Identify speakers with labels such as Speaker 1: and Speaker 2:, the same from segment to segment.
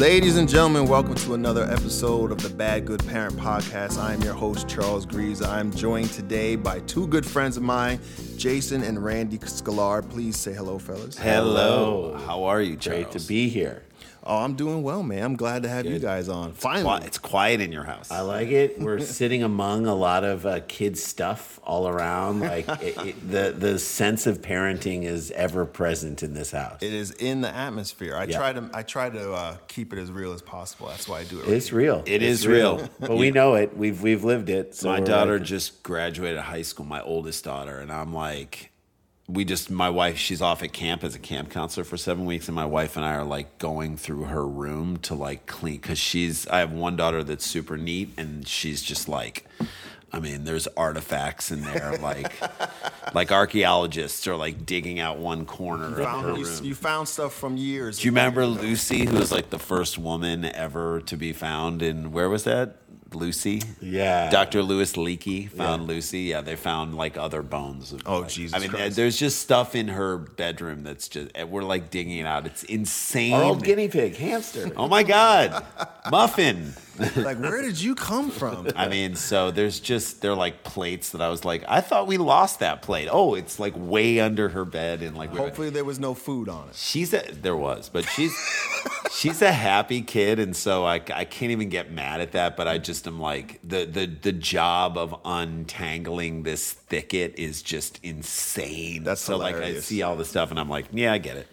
Speaker 1: Ladies and gentlemen, welcome to another episode of the Bad Good Parent Podcast. I am your host, Charles Greaves. I am joined today by two good friends of mine, Jason and Randy Scalar. Please say hello, fellas.
Speaker 2: Hello. Oh, How are you, Charles?
Speaker 3: Oh, Great to be here.
Speaker 1: Oh, I'm doing well, man. I'm glad to have you guys on.
Speaker 2: Qui-
Speaker 1: Finally.
Speaker 2: It's quiet in your house.
Speaker 3: I like it. We're sitting among a lot of uh, kids' stuff all around. Like it, it, the the sense of parenting is ever present in this house.
Speaker 1: It is in the atmosphere. I
Speaker 3: Yeah.
Speaker 1: try to I try to uh, keep it as real as possible. That's why I do it. Right
Speaker 3: it's real.
Speaker 2: It
Speaker 3: It's
Speaker 2: is real.
Speaker 3: but we know it. We've we've lived it. So
Speaker 2: my
Speaker 3: we're
Speaker 2: daughter
Speaker 3: like-
Speaker 2: just graduated high school, my oldest daughter, and I'm like, we just, my wife, she's off at camp as a camp counselor for seven weeks, and my wife and I are like going through her room to like clean because she's, I have one daughter that's super neat, and she's just like, I mean, there's artifacts in there, like, like archaeologists are like digging out one corner
Speaker 1: now. You
Speaker 2: of her
Speaker 1: found, you,
Speaker 2: room.
Speaker 1: you found stuff from years.
Speaker 2: Do you remember Lucy, who was like the first woman ever to be found in where was that? Lucy?
Speaker 3: Yeah.
Speaker 2: Dr. Lewis Leakey found Lucy. Yeah, they found like other bones. Of,
Speaker 1: Oh,
Speaker 2: like-
Speaker 1: Jesus
Speaker 2: I mean,
Speaker 1: Christ.
Speaker 2: there's just stuff in her bedroom that's just, and we're like digging it out. It's insane.
Speaker 3: our old guinea pig, hamster.
Speaker 2: oh my God. Muffin.
Speaker 1: like where did you come from?
Speaker 2: I mean, so there's just, they're like plates that I was like, I thought we lost that plate. Oh, it's like way under her bed and like,
Speaker 1: Hopefully there was no food on it.
Speaker 2: She's a there was, but she's she's a happy kid, and so I, I can't even get mad at that. But I just am like the the the job of untangling this thicket is just insane.
Speaker 1: That's
Speaker 2: so like I
Speaker 1: hilarious.
Speaker 2: see all the stuff, and I'm like, yeah, I get it.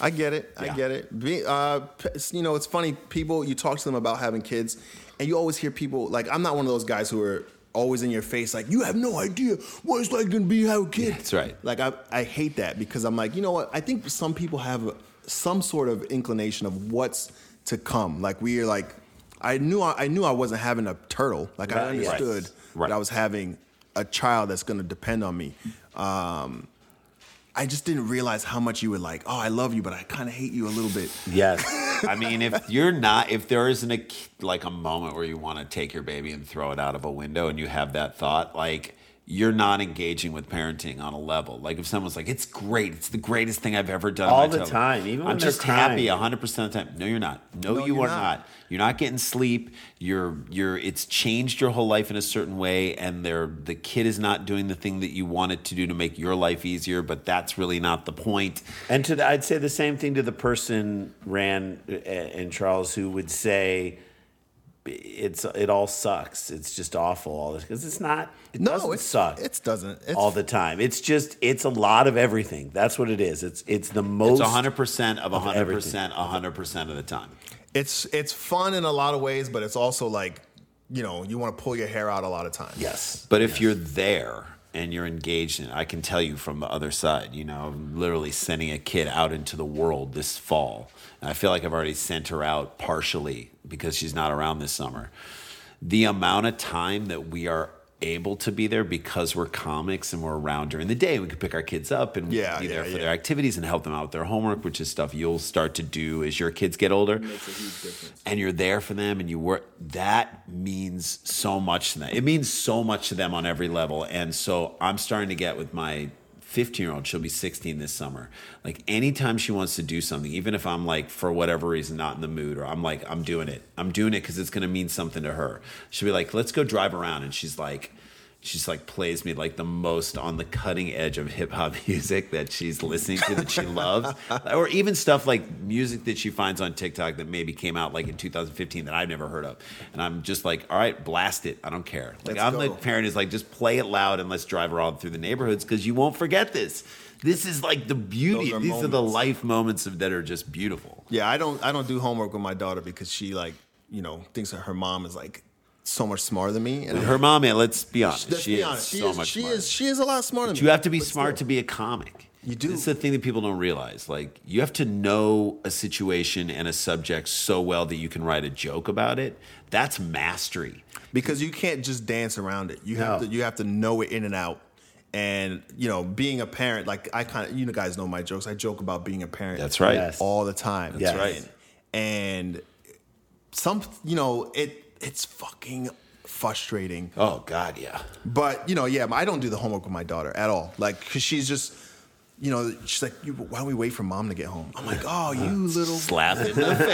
Speaker 1: I get it. I
Speaker 2: Yeah.
Speaker 1: get it. Be, uh, p- it's- you know, it's funny. People, you talk to them about having kids, and you always hear people like, I'm not one of those guys who are always in your face, like, you have no idea what it's like to be have kids.
Speaker 2: that's right.
Speaker 1: Like, I, I hate that because I'm like, you know what? I think some people have some sort of inclination of what's to come. Like, we are like, I knew I, I knew I wasn't having a turtle. Like, I
Speaker 3: Right, yes.
Speaker 1: understood
Speaker 2: Right.
Speaker 1: that I was having a child that's going to depend on me. Um, I just didn't realize how much you would like. Oh, I love you, but I kind of hate you a little bit.
Speaker 3: yes.
Speaker 2: I mean, if you're not, if there isn't a k- like a moment where you want to take your baby and throw it out of a window, and you have that thought, like you're not engaging with parenting on a level. Like if someone's like, "It's great, it's the greatest thing I've ever done," in
Speaker 3: All
Speaker 2: my
Speaker 3: the
Speaker 2: childhood."
Speaker 3: time, even when
Speaker 2: I'm
Speaker 3: they're
Speaker 2: just happy
Speaker 3: crying.
Speaker 2: 100 percent of the time. No, you're not. No,
Speaker 1: No,
Speaker 2: you
Speaker 1: you're
Speaker 2: are
Speaker 1: not.
Speaker 2: not. You're not getting sleep. You're you're. It's changed your whole life in a certain way, and they're the kid is not doing the thing that you want it to do to make your life easier. But that's really not the point.
Speaker 3: And to the, I'd say the same thing to the person Ran uh, and Charles who would say it's it all sucks. It's just awful all this because it's not. It
Speaker 1: No,
Speaker 3: doesn't
Speaker 1: it's-
Speaker 3: suck.
Speaker 1: it doesn't. It's-
Speaker 3: all the time. It's just it's a lot of everything. That's what it is. It's it's the most.
Speaker 2: It's 100% of 100%
Speaker 3: everything.
Speaker 2: 100% of the time.
Speaker 1: It's it's fun in a lot of ways, but it's also like, you know, you want to pull your hair out a lot of times.
Speaker 3: Yes.
Speaker 2: But if you're there and you're engaged in it, I can tell you from the other side, you know, I'm literally sending a kid out into the world this fall. And I feel like I've already sent her out partially because she's not around this summer. The amount of time that we are able to be there because we're comics and we're around during the day. We could pick our kids up and
Speaker 1: Yeah,
Speaker 2: be there
Speaker 1: yeah,
Speaker 2: for
Speaker 1: yeah.
Speaker 2: their activities and help them out with their homework, which is stuff you'll start to do as your kids get older. And you're there for them and you work. That means so much to them. It means so much to them on every level. And so I'm starting to get with my 15 year old, she'll be 16 this summer. Like anytime she wants to do something, even if I'm like, for whatever reason, not in the mood, or I'm like, I'm doing it, I'm doing it because it's going to mean something to her. She'll be like, let's go drive around. And she's like, she's like plays me like the most on the cutting edge of hip hop music that she's listening to that she loves, or even stuff like music that she finds on TikTok that maybe came out like in 2015 that I've never heard of. And I'm just like, all right, blast it. I don't care. Like
Speaker 1: Let's
Speaker 2: I'm
Speaker 1: go.
Speaker 2: the parent is like, just play it loud and let's drive around through the neighborhoods because you won't forget this. This is like the beauty.
Speaker 1: Those are
Speaker 2: These are the
Speaker 1: moments.
Speaker 2: life moments of, that are just beautiful.
Speaker 1: Yeah, I don't I don't do homework with my daughter because she like, you know, thinks that her mom is like so much smarter than me. And I'm
Speaker 2: Her mom, yeah, let's be honest,
Speaker 1: Let's
Speaker 2: she
Speaker 1: be
Speaker 2: is
Speaker 1: honest. She
Speaker 2: so
Speaker 1: is,
Speaker 2: much.
Speaker 1: she
Speaker 2: smarter.
Speaker 1: is she is a lot smarter than
Speaker 2: But you have to be
Speaker 1: but
Speaker 2: smart
Speaker 1: still.
Speaker 2: to be a comic.
Speaker 1: You do.
Speaker 2: It's the thing that people don't realize. Like you have to know a situation and a subject so well that you can write a joke about it. That's mastery.
Speaker 1: because you can't just dance around it. You have
Speaker 2: No.
Speaker 1: to you have to know it in and out. And you know, being a parent, like I kind of you guys know my jokes. I joke about being a parent.
Speaker 2: That's right.
Speaker 3: Yes.
Speaker 1: all the time.
Speaker 3: That's right.
Speaker 1: And some, you know, it it's fucking frustrating.
Speaker 2: Oh God, yeah.
Speaker 1: But you know, yeah, I don't do the homework with my daughter at all. Like, 'cause she's just, you know, she's like, "You- why don't we wait for mom to get home? I'm like, oh, you little.
Speaker 2: Slap it in the face.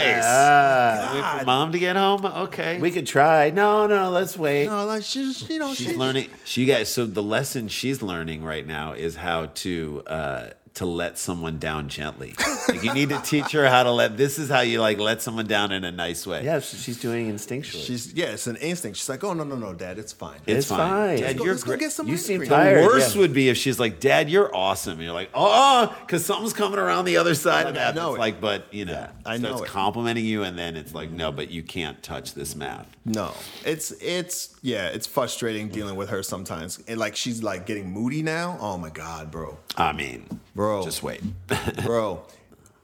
Speaker 2: Wait for mom to get home. Okay.
Speaker 3: We could try. No, no, let's wait.
Speaker 1: No, like she's, you know,
Speaker 2: she's
Speaker 1: she-
Speaker 2: learning. She got so the lesson she's learning right now is how to uh, to let someone down gently. like you need to teach her how to let. This is how you like let someone down in a nice way.
Speaker 3: Yeah, so she's doing it instinctually.
Speaker 1: She's yeah, it's an instinct. She's like, oh no no no, dad, it's fine.
Speaker 2: It's,
Speaker 3: It's fine.
Speaker 2: fine.
Speaker 3: Let's
Speaker 2: Dad,
Speaker 1: go-
Speaker 2: you're
Speaker 1: let's go
Speaker 2: great.
Speaker 1: get some
Speaker 2: You
Speaker 1: ice
Speaker 2: seem
Speaker 1: cream.
Speaker 2: tired.
Speaker 3: Tired,
Speaker 2: Worse
Speaker 3: yeah.
Speaker 2: would be if she's like, "Dad, you're awesome." And you're like, "Oh, because something's coming around the other side of
Speaker 1: Like, I
Speaker 2: that."
Speaker 1: know
Speaker 2: It's
Speaker 1: it.
Speaker 2: like, but you know,
Speaker 1: I
Speaker 2: so
Speaker 1: know
Speaker 2: it's
Speaker 1: it.
Speaker 2: complimenting you, and then it's like, "No, but you can't touch this math."
Speaker 1: No, it's it's yeah, it's frustrating dealing with her sometimes. And like she's like getting moody now. Oh my god, bro,
Speaker 2: I mean,
Speaker 1: Bro.
Speaker 2: just wait.
Speaker 1: bro.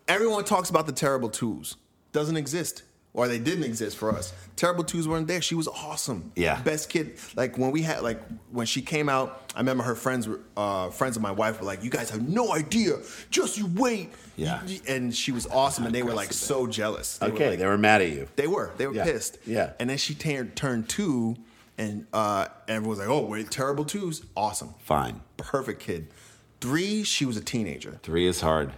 Speaker 1: Everyone talks about the terrible twos. Doesn't exist, or they didn't exist for us. Terrible twos weren't there. She was awesome.
Speaker 2: Yeah.
Speaker 1: best kid. Like when we had like when she came out, I remember her friends were uh, friends of my wife were like, "You guys have no idea. Just you wait."
Speaker 2: Yeah.
Speaker 1: You- you-" and she was awesome, and they were like so jealous. They were
Speaker 3: okay,
Speaker 1: like,
Speaker 3: they were mad at you.
Speaker 1: They were. They were
Speaker 3: Yeah.
Speaker 1: pissed.
Speaker 3: Yeah.
Speaker 1: And then she turned turned two, and uh, everyone's like, "Oh, wait, terrible twos, awesome,
Speaker 2: fine.
Speaker 1: perfect kid." Three, she was a teenager.
Speaker 2: Three is hard.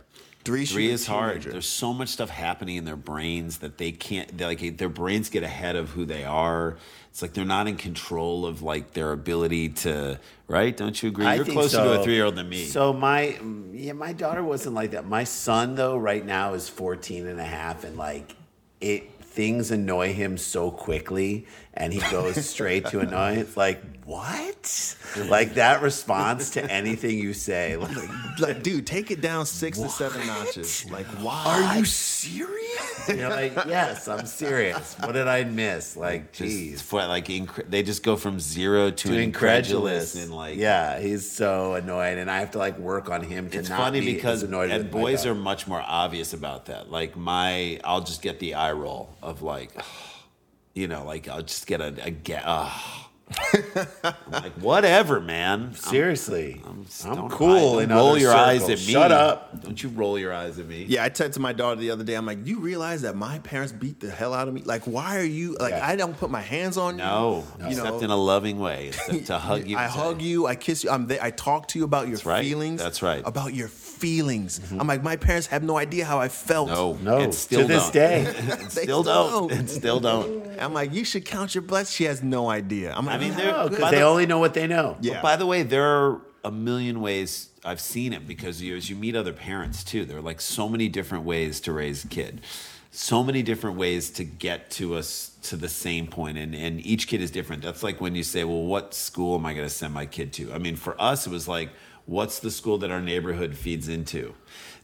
Speaker 1: Three, she
Speaker 2: Three
Speaker 1: was
Speaker 2: is
Speaker 1: a teenager.
Speaker 2: hard. There's so much stuff happening in their brains that they can't. They like their brains get ahead of who they are. It's like they're not in control of like their ability to. Right? Don't you agree?
Speaker 3: I
Speaker 2: You're
Speaker 3: think
Speaker 2: closer to
Speaker 3: so.
Speaker 2: a three year old than me.
Speaker 3: So my mm, yeah, my daughter wasn't like that. My son though right now is 14 and a half and like it things annoy him so quickly and he goes straight to annoyance like what? Like that response to anything you say. Like
Speaker 1: Like, dude, take it down six to seven notches. Like, why?
Speaker 3: you serious? And you're like, yes, I'm serious. What did I miss? Like,
Speaker 2: Jeez,
Speaker 3: jeez.
Speaker 2: for like incre- they just go from zero to,
Speaker 3: Too
Speaker 2: incredulous.
Speaker 3: incredulous
Speaker 2: and like
Speaker 3: yeah, he's so annoyed, and I have to like work on him to
Speaker 2: It's
Speaker 3: not
Speaker 2: funny
Speaker 3: be
Speaker 2: because
Speaker 3: as annoyed.
Speaker 2: and
Speaker 3: with my
Speaker 2: boys
Speaker 3: daughter.
Speaker 2: are much more obvious about that. Like my, I'll just get the eye roll of like, you know, like I'll just get a, a get. like whatever, man.
Speaker 3: Seriously, I'm,
Speaker 2: Don't-
Speaker 3: cool.
Speaker 2: don't
Speaker 3: in
Speaker 2: roll
Speaker 3: other
Speaker 2: your eyes at me.
Speaker 3: circles. Shut up.
Speaker 2: Don't you roll your eyes at me?
Speaker 1: Yeah, I texted my daughter the other day. I'm like, you realize that my parents beat the hell out of me? Like, why are you? Like,
Speaker 3: Yeah.
Speaker 1: I don't put my hands on
Speaker 2: No,
Speaker 1: you. You
Speaker 2: except
Speaker 1: know,
Speaker 2: in a loving way, except to hug you.
Speaker 1: I hug you. I kiss you. I'm there. I talk to you about your
Speaker 2: right.
Speaker 1: feelings.
Speaker 2: That's right. Mm-hmm.
Speaker 1: About your feelings. I'm like, my parents have no idea how I felt.
Speaker 2: No,
Speaker 3: No,
Speaker 2: and still
Speaker 3: to this
Speaker 2: don't.
Speaker 3: day.
Speaker 2: And still don't. And still don't.
Speaker 1: I'm like, you should count your blessings. She has no idea. I'm like,
Speaker 2: mean,
Speaker 1: "How
Speaker 2: they're-
Speaker 3: No,
Speaker 2: By
Speaker 3: because
Speaker 2: the-
Speaker 3: they only know what they know.
Speaker 1: Yeah.
Speaker 2: But by the way, there are a million ways I've seen it because you, as you meet other parents too, there are like so many different ways to raise a kid, so many different ways to get to us to the same point, and and each kid is different. That's like when you say, well, what school am I going to send my kid to? I mean, for us, it was like, what's the school that our neighborhood feeds into?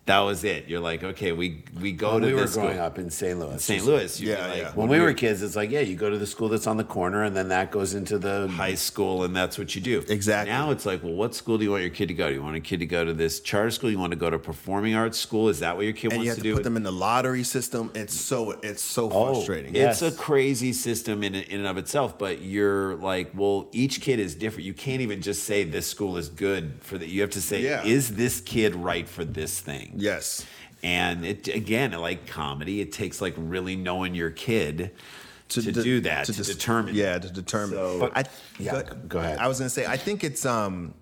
Speaker 2: that was it. You're like, okay, we we go to
Speaker 3: we were
Speaker 2: this
Speaker 3: growing
Speaker 2: school.
Speaker 3: up in St. Louis.
Speaker 2: St. Louis. You'd be
Speaker 1: Yeah,
Speaker 2: like,
Speaker 1: yeah.
Speaker 3: When we were kids, it's like, yeah, you go to the school that's on the corner, and then that goes into the
Speaker 2: high school and that's what you do.
Speaker 1: Exactly.
Speaker 2: Now it's like, well, what school do you want your kid to go to? You want a kid to go to this charter school? You want to go to performing arts school? Is that what your kid
Speaker 1: and
Speaker 2: wants
Speaker 1: you have
Speaker 2: to
Speaker 1: to,
Speaker 2: do? Oh,
Speaker 1: put them in the lottery system. It's so it's so frustrating.
Speaker 3: yeah.
Speaker 2: it's
Speaker 3: Yes.
Speaker 2: a crazy system in in and of itself, but you're like, well, each kid is different. You can't even just say this school is good for that. You have to say,
Speaker 1: Yeah.
Speaker 2: is this kid right for this thing?
Speaker 1: Yes.
Speaker 2: And it again, like comedy, it takes like really knowing your kid to,
Speaker 1: de-
Speaker 2: do that, to,
Speaker 1: dis-
Speaker 2: determine.
Speaker 1: Yeah, to determine.
Speaker 2: So-
Speaker 1: but I,
Speaker 3: yeah,
Speaker 1: go,
Speaker 3: go ahead.
Speaker 1: I was gonna say I think it's um,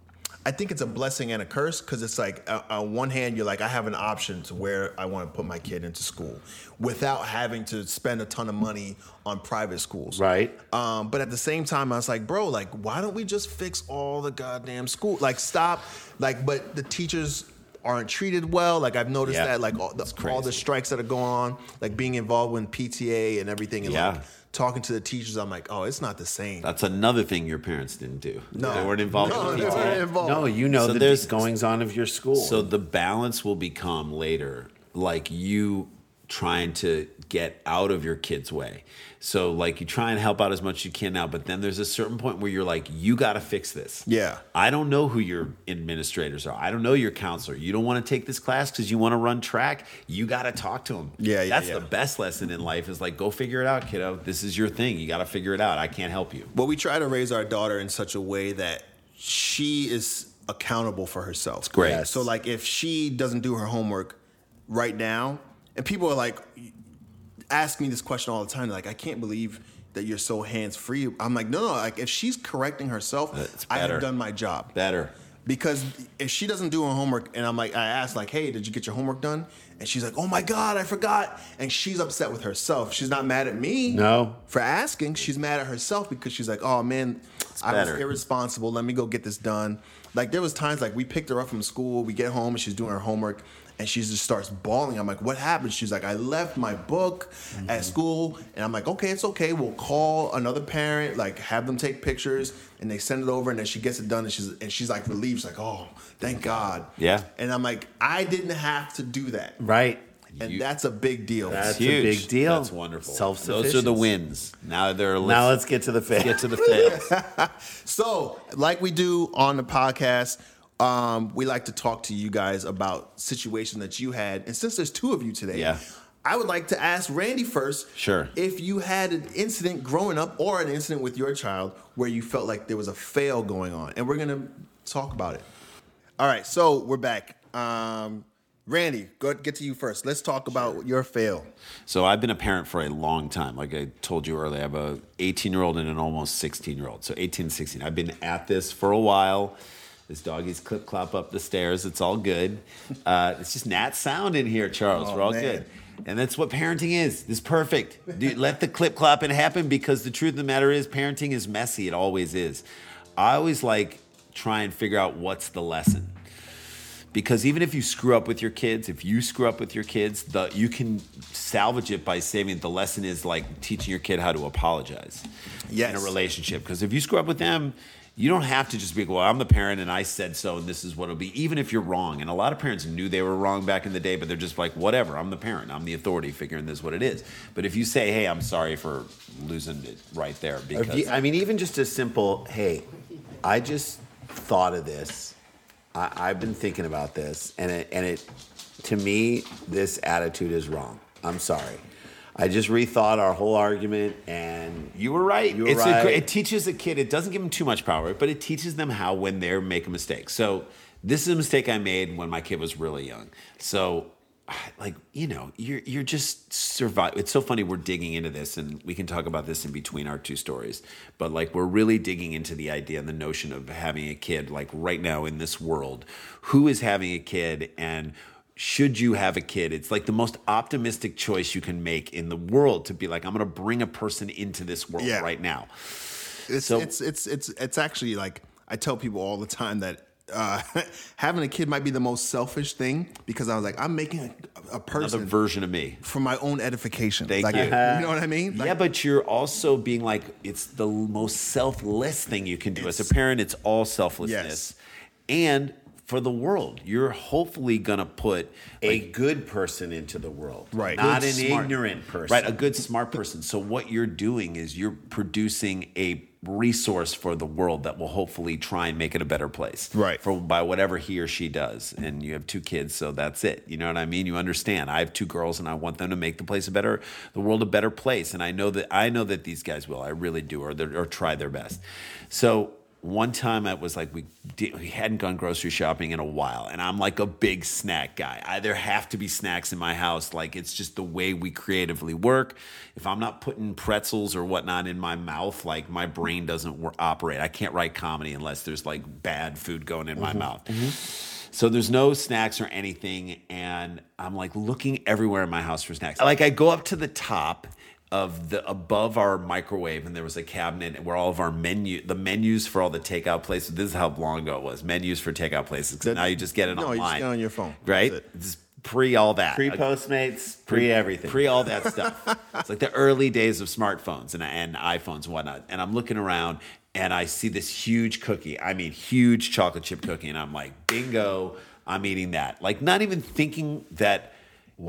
Speaker 1: I think it's a blessing and a curse because it's like uh, on one hand you're like I have an option to where I want to put my kid into school without having to spend a ton of money on private schools.
Speaker 3: Right.
Speaker 1: Um, but at the same time I was like, bro, like why don't we just fix all the goddamn school? Like stop. Like, but the teachers aren't treated well. Like I've noticed
Speaker 2: Yeah.
Speaker 1: that. Like all the, all the
Speaker 2: crazy.
Speaker 1: strikes that are going on. Like being involved with PTA and everything. And like
Speaker 2: Yeah.
Speaker 1: talking to the teachers, I'm like, oh, it's not the same.
Speaker 2: That's another thing your parents didn't do.
Speaker 1: No.
Speaker 2: They weren't involved
Speaker 1: No,
Speaker 2: in
Speaker 1: they
Speaker 2: the
Speaker 1: weren't
Speaker 2: PTA.
Speaker 1: involved.
Speaker 3: No, you know
Speaker 2: So
Speaker 3: the
Speaker 2: there's-
Speaker 3: goings on of your school.
Speaker 2: So the balance will become later, like you trying to get out of your kid's way. So like you try and help out as much as you can now, but then there's a certain point where you're like, you got to fix this.
Speaker 1: Yeah.
Speaker 2: I don't know who your administrators are. I don't know your counselor. You don't want to take this class because you want to run track. You got to talk to them.
Speaker 1: Yeah, yeah,
Speaker 2: That's
Speaker 1: yeah.
Speaker 2: the best lesson in life is like, go figure it out, kiddo. This is your thing. You got to figure it out. I can't help you.
Speaker 1: But we try to raise our daughter in such a way that she is accountable for herself.
Speaker 2: great. Yes.
Speaker 1: So like if she doesn't do her homework right now, and people are like ask me this question all the time, like, I can't believe that you're so hands free. I'm like, no, no, like if she's correcting herself,
Speaker 2: That's
Speaker 1: I
Speaker 2: better.
Speaker 1: have done my job.
Speaker 2: Better.
Speaker 1: because if she doesn't do her homework and i'm like i asked like hey did you get your homework done and she's like oh my god i forgot and she's upset with herself she's not mad at me
Speaker 3: No.
Speaker 1: for asking she's mad at herself because she's like oh man i was
Speaker 2: better.
Speaker 1: irresponsible let me go get this done like there was times like we picked her up from school we get home and she's doing her homework and she just starts bawling. I'm like, what happened? She's like, I left my book at school. And I'm like, okay, it's okay. We'll call another parent, like have them take pictures, and they send it over. And then she gets it done, and she's and she's like relieved. She's like, oh, thank God.
Speaker 2: Yeah.
Speaker 1: And I'm like, I didn't have to do that.
Speaker 3: right.
Speaker 1: And
Speaker 2: You-
Speaker 1: that's a big deal.
Speaker 3: That's
Speaker 2: Huge.
Speaker 3: a big deal.
Speaker 2: That's wonderful.
Speaker 3: Self
Speaker 2: Those are the wins. Now they're
Speaker 3: Now let's get to the fifth.
Speaker 2: get to the fails.
Speaker 1: So, like we do on the podcast, um, we like to talk to you guys about situations that you had. And since there's two of you today,
Speaker 2: Yeah.
Speaker 1: I would like to ask Randy first.
Speaker 2: Sure.
Speaker 1: If you had an incident growing up or an incident with your child where you felt like there was a fail going on, and we're gonna talk about it. All right. So we're back. Um, Randy, go get to you first. Let's talk about your fail.
Speaker 2: So I've been a parent for a long time. Like I told you earlier, I have a 18 year old and an almost 16 year old. So 18, 16. I've been at this for a while. This doggy's clip clop up the stairs. It's all good. Uh, it's just Nat sound in here, Charles. We're all
Speaker 1: man.
Speaker 2: good. And that's what parenting is. It's perfect. Dude, let the clip clopping happen because the truth of the matter is, parenting is messy. It always is. I always like try and figure out what's the lesson because even if you screw up with your kids, if you screw up with your kids, the you can salvage it by saving. The lesson is like teaching your kid how to apologize
Speaker 1: Yes.
Speaker 2: in a relationship. Because if you screw up with them, you don't have to just be like, well, I'm the parent and I said so and this is what it'll be, even if you're wrong. And a lot of parents knew they were wrong back in the day, but they're just like, whatever, I'm the parent, I'm the authority figure, and this is what it is. But if you say, hey, I'm sorry for losing it right there
Speaker 3: Or
Speaker 2: because
Speaker 3: do you- I mean, even just a simple, hey, I just thought of this. I, I've been thinking about this, and it, and it, to me, this attitude is wrong. I'm sorry. I just rethought our whole argument, and
Speaker 2: You were right.
Speaker 3: You were
Speaker 2: it's A,
Speaker 3: right.
Speaker 2: gr- it teaches a kid. It doesn't give them too much power, but it teaches them how when they are make a mistake. So this is a mistake I made when my kid was really young. So like you know you're you're just survive it's so funny we're digging into this and we can talk about this in between our two stories but like we're really digging into the idea and the notion of having a kid like right now in this world who is having a kid and should you have a kid it's like the most optimistic choice you can make in the world to be like i'm going to bring a person into this world
Speaker 1: Yeah.
Speaker 2: right now
Speaker 1: It's
Speaker 2: So-
Speaker 1: it's it's it's it's actually like I tell people all the time that uh, having a kid might be the most selfish thing because I was like I'm making a, a
Speaker 2: another
Speaker 1: person
Speaker 2: version of me
Speaker 1: for my own edification.
Speaker 2: Thank
Speaker 1: like,
Speaker 2: you.
Speaker 1: You know what I mean? Like,
Speaker 2: yeah, but you're also being like, it's the most selfless thing you can do as a parent. It's all selflessness.
Speaker 1: Yes.
Speaker 2: And for the world. You're hopefully gonna put
Speaker 3: a good person into the world,
Speaker 1: Right.
Speaker 3: Not
Speaker 2: good,
Speaker 3: an
Speaker 2: smart-
Speaker 3: ignorant person,
Speaker 2: Right, a good smart person. So what you're doing is you're producing a resource for the world that will hopefully try and make it a better place.
Speaker 1: Right.
Speaker 2: For by whatever he or she does. And you have two kids, so that's it. You know what I mean? You understand. I have two girls and I want them to make the place a better the world a better place. And I know that I know that these guys will. I really do or they're- or try their best. So one time I was like, we, did, we hadn't gone grocery shopping in a while, and I'm like a big snack guy. I, there have to be snacks in my house. Like, it's just the way we creatively work. If I'm not putting pretzels or whatnot in my mouth, like, my brain doesn't wor- operate. I can't write comedy unless there's like bad food going in
Speaker 1: Mm-hmm.
Speaker 2: my mouth. So there's no snacks or anything. And I'm like looking everywhere in my house for snacks. Like I go up to the top of the above our microwave and there was a cabinet where all of our menu the menus for all the takeout places this is how long ago it was menus for takeout places 'cause
Speaker 1: That-
Speaker 2: now you just get it
Speaker 1: No, you
Speaker 2: online
Speaker 1: just get on your phone.
Speaker 2: right
Speaker 1: That's it.
Speaker 2: This is pre all that
Speaker 3: pre Postmates, pre everything.
Speaker 2: pre all that stuff. it's like the early days of smartphones and, and iPhones and whatnot. And I'm looking around and I see this huge cookie. I mean, huge chocolate chip cookie. And I'm like, bingo, I'm eating that. Like, not even thinking that.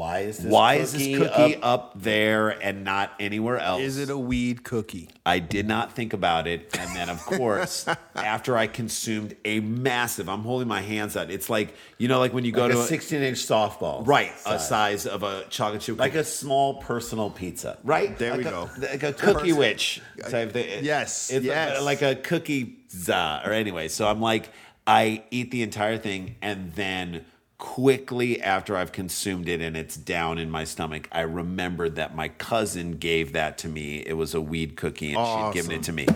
Speaker 3: why is this
Speaker 2: Why
Speaker 3: cookie
Speaker 2: is this cookie
Speaker 3: up?
Speaker 2: up, there and not anywhere else?
Speaker 1: Is it a weed cookie?
Speaker 2: I did not think about it. And then, of course, after I consumed a massive, I'm holding my hands out. It's like, you know, like when you go
Speaker 3: like
Speaker 2: to
Speaker 3: a 16 inch softball?
Speaker 2: right, a size of a chocolate chip
Speaker 3: like a small personal pizza.
Speaker 2: Right
Speaker 1: There we
Speaker 2: Like a-
Speaker 1: go.
Speaker 2: Like a cookie witch type thing.
Speaker 1: Yes,
Speaker 2: it's
Speaker 1: yes.
Speaker 2: Like a cookie za or anyway. So I'm like, I eat the entire thing, and then quickly after I've consumed it and it's down in my stomach, I remembered that my cousin gave that to me. It was a weed cookie, and she'd given it to me.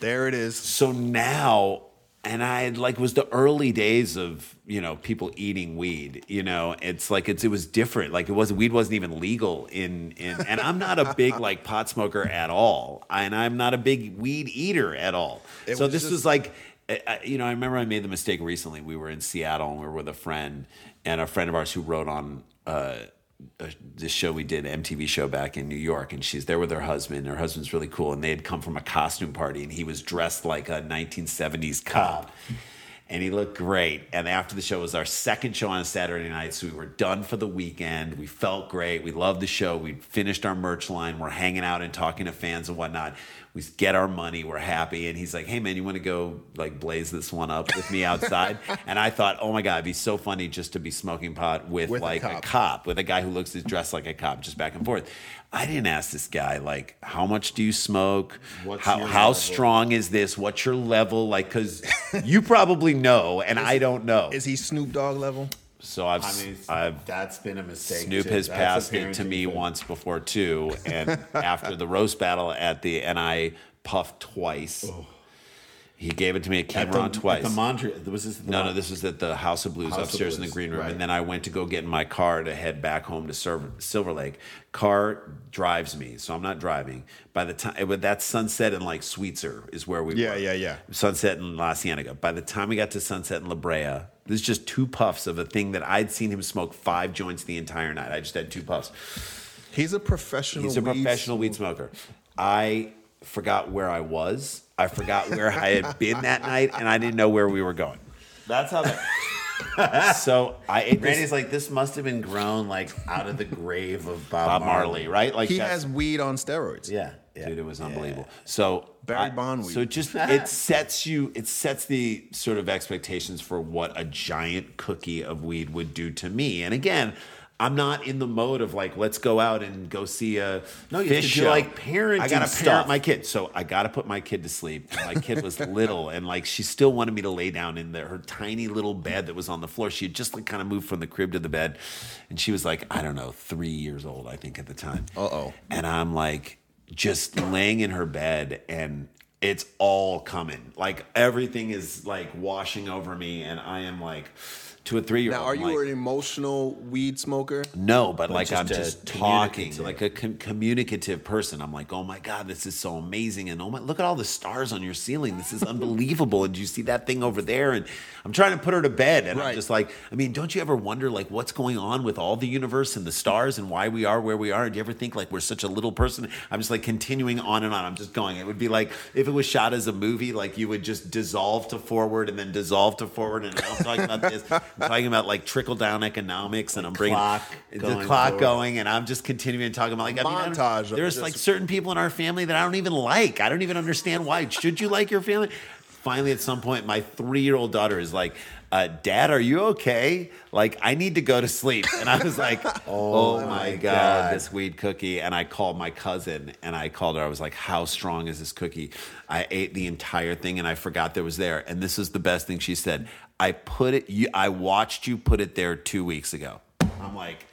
Speaker 1: There it is.
Speaker 2: So now, and I had, like was the early days of you know people eating weed. You know, it's like it's it was different. Like it was weed wasn't even legal in in. And I'm not a big like pot smoker at all, and I'm not a big weed eater at all. so
Speaker 1: was
Speaker 2: this
Speaker 1: just-
Speaker 2: was like. I- I- You know, I remember I made the mistake recently. We were in Seattle and we were with a friend, and a friend of ours who wrote on uh, a- this show we did MTV show back in New York, and she's there with her husband. Her husband's really cool, and they had come from a costume party, and he was dressed like a 1970s cop. And he looked great. And after the show it was our second show on a Saturday night. So we were done for the weekend. We felt great. We loved the show. We finished our merch line. We're hanging out and talking to fans and whatnot. We get our money. We're happy. And he's like, hey, man, you want to go like blaze this one up with me outside? and I thought, oh my God, it'd be so funny just to be smoking pot with,
Speaker 1: With a
Speaker 2: like
Speaker 1: cop.
Speaker 2: a cop with a guy who looks dressed like a cop, just back and forth. I didn't ask this guy like, how much do you smoke?
Speaker 3: What's
Speaker 2: how
Speaker 3: your
Speaker 2: how
Speaker 3: level?
Speaker 2: strong is this? What's your level? Like, because you probably know, and I don't know.
Speaker 1: Is he Snoop Dogg level?
Speaker 2: So I've
Speaker 3: I mean,
Speaker 2: I've
Speaker 3: that's been a mistake.
Speaker 2: Snoop
Speaker 3: too.
Speaker 2: has
Speaker 3: That's
Speaker 2: passed it
Speaker 3: apparent
Speaker 2: to me
Speaker 3: you've been-
Speaker 2: once before too, and after the roast battle at the and I puffed twice. He gave it to me at
Speaker 3: Oh. At
Speaker 2: Cameron
Speaker 3: the,
Speaker 2: twice.
Speaker 3: At the Mondri- was this the
Speaker 2: No, no, this was at the House of Blues
Speaker 3: House of
Speaker 2: upstairs in
Speaker 3: Blues,
Speaker 2: the green room.
Speaker 3: right.
Speaker 2: And then I went to go get in my car to head back home to Silver, Silver Lake. Car drives me, so I'm not driving. By the time, but that's sunset and like Sweetser is where we
Speaker 1: Yeah,
Speaker 2: were.
Speaker 1: yeah, yeah.
Speaker 2: Sunset in La Cienega. By the time we got to Sunset in La Brea, this is just two puffs of a thing that I'd seen him smoke five joints the entire night. I just had two puffs.
Speaker 1: He's a professional.
Speaker 2: He's a
Speaker 1: weed-
Speaker 2: professional weed smoker. I forgot where I was. I forgot where I had been that night, and I didn't know where we were going.
Speaker 3: That's how. That,
Speaker 2: So I ate this-
Speaker 3: Randy's like this must have been grown like out of the grave of Bob,
Speaker 2: Bob Marley, right? Like
Speaker 1: He
Speaker 2: that's-
Speaker 1: has weed on steroids.
Speaker 3: Yeah, yeah.
Speaker 2: dude, it was unbelievable. So
Speaker 1: Barry
Speaker 2: I-
Speaker 1: Bond
Speaker 2: So
Speaker 1: weed.
Speaker 2: just it sets you, it sets the sort of expectations for what a giant cookie of weed would do to me. And again. I'm not in the mode of like, let's go out and go see a
Speaker 3: No, you have
Speaker 2: fish
Speaker 3: to do,
Speaker 2: show.
Speaker 3: like, parenting
Speaker 2: I gotta
Speaker 3: stuff.
Speaker 2: parent my kid, so I gotta put my kid to sleep. And my kid was little, and like she still wanted me to lay down in the, her tiny little bed that was on the floor. She had just like kind of moved from the crib to the bed, and she was like, I don't know, three years old, I think at the time.
Speaker 1: Uh-oh.
Speaker 2: And I'm like just laying in her bed and it's all coming. Like everything is like washing over me and I am like to a three year old.
Speaker 1: Now, are you an emotional weed smoker?
Speaker 2: No, but, like
Speaker 3: just
Speaker 2: I'm
Speaker 3: a
Speaker 2: just talking
Speaker 3: communicative.
Speaker 2: like a com- communicative person. I'm like, oh my god, this is so amazing, and oh my, look at all the stars on your ceiling. This is unbelievable. and do you see that thing over there? And I'm trying to put her to bed, and
Speaker 1: Right.
Speaker 2: I'm just like, I mean, don't you ever wonder like what's going on with all the universe and the stars and why we are where we are? Do you ever think like we're such a little person? I'm just like continuing on and on. I'm just going. It would be like if it was shot as a movie, like you would just dissolve to forward and then dissolve to forward. And now I'm talking about this. I'm talking about like trickle down economics, and I'm bringing
Speaker 3: Clock
Speaker 2: the
Speaker 3: going
Speaker 2: clock
Speaker 3: forward.
Speaker 2: going, and I'm just continuing talking about like I mean, I don't-
Speaker 1: Montage of
Speaker 2: there's
Speaker 1: just-
Speaker 2: like certain people in our family that I don't even like. I don't even understand why. Should you like your family? Finally, at some point, my three year old daughter is like, uh, "Dad, are you okay? Like, I need to go to sleep." And I was like, "Oh, my god, this weed cookie!" And I called my cousin, and I called her. I was like, "How strong is this cookie?" I ate the entire thing, and I forgot there was there. And this is the best thing she said. I put it. You, I watched you put it there two weeks ago. I'm like.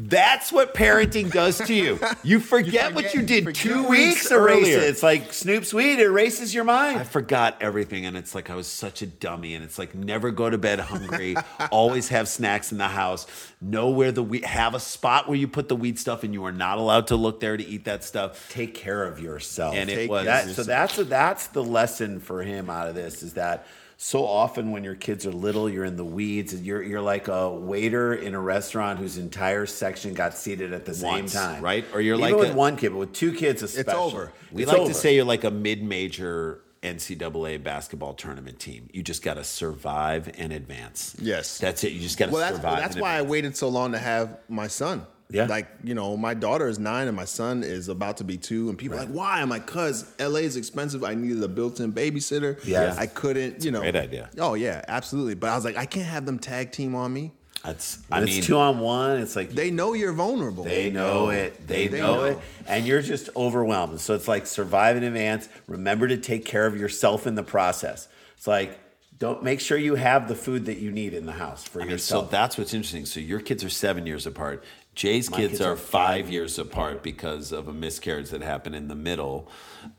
Speaker 2: That's what parenting does to you. You forget, what you did
Speaker 1: forget
Speaker 2: two
Speaker 1: what
Speaker 2: weeks
Speaker 3: Erase
Speaker 2: earlier.
Speaker 3: it. It's like Snoop's weed erases your mind.
Speaker 2: I forgot everything, and it's like I was such a dummy. And it's like never go to bed hungry. always have snacks in the house. Know where the weed. Have a spot where you put the weed stuff, and you are not allowed to look there to eat that stuff.
Speaker 3: take care of yourself.
Speaker 2: And it
Speaker 3: Take
Speaker 2: was-
Speaker 3: that, so that's that's the lesson for him out of this is that so often when your kids are little, you're in the weeds and you're you're like a waiter in a restaurant whose entire section got seated at the
Speaker 2: Once,
Speaker 3: same time,
Speaker 2: right? Or you're
Speaker 3: Even
Speaker 2: like
Speaker 3: with
Speaker 2: a-
Speaker 3: one kid, but with two kids, it's special.
Speaker 1: over.
Speaker 2: We
Speaker 3: It's
Speaker 2: like
Speaker 3: over.
Speaker 2: to say you're like a mid-major NCAA basketball tournament team. You just got to survive and advance.
Speaker 1: Yes.
Speaker 2: that's it. You just got to
Speaker 1: Well, that's,
Speaker 2: survive.
Speaker 1: that's
Speaker 2: and
Speaker 1: why I
Speaker 2: advance.
Speaker 1: waited so long to have my son.
Speaker 3: Yeah.
Speaker 1: Like, you know, my daughter is nine and my son is about to be two. And people are like, why? I'm like, because LA is expensive. I needed a built in babysitter.
Speaker 3: Yes.
Speaker 1: I couldn't, you know.
Speaker 2: great idea.
Speaker 1: Oh, yeah, absolutely. But I was like, I can't have them tag team on me.
Speaker 2: That's. I
Speaker 3: When
Speaker 2: mean,
Speaker 3: it's two on one. It's like
Speaker 1: They know you're vulnerable.
Speaker 3: They know it. They, know, it. And you're just overwhelmed. So it's like survive in advance. Remember to take care of yourself in the process. It's like don't make sure you have the food that you need in the house for
Speaker 2: I mean, so
Speaker 3: yourself.
Speaker 2: that's what's interesting. So your kids are seven years apart. Jay's kids,
Speaker 3: kids
Speaker 2: are,
Speaker 3: are
Speaker 2: five years apart because of a miscarriage that happened in the middle,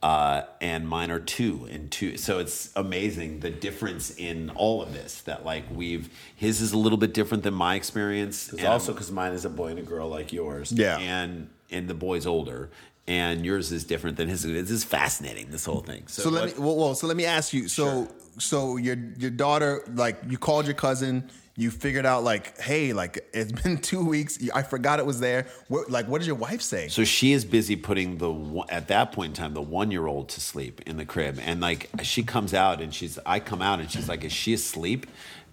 Speaker 2: uh, and mine are two and two. So it's amazing the difference in all of this. That like we've his is a little bit different than my experience.
Speaker 3: It's
Speaker 2: and-
Speaker 3: also because mine is a boy and a girl like yours.
Speaker 1: Yeah.
Speaker 2: and and the boy's older, and yours is different than his. This is fascinating. This whole thing. So,
Speaker 1: So let
Speaker 2: what-
Speaker 1: me well, well, so let me ask you. So so your your daughter like you called your cousin, you figured out like, hey, like it's been 2 weeks. I forgot it was there. What like what did your wife say?
Speaker 2: So she is busy putting the one- at that point in time the one year old to sleep in the crib, and like she comes out and she's I come out and she's like, is she asleep?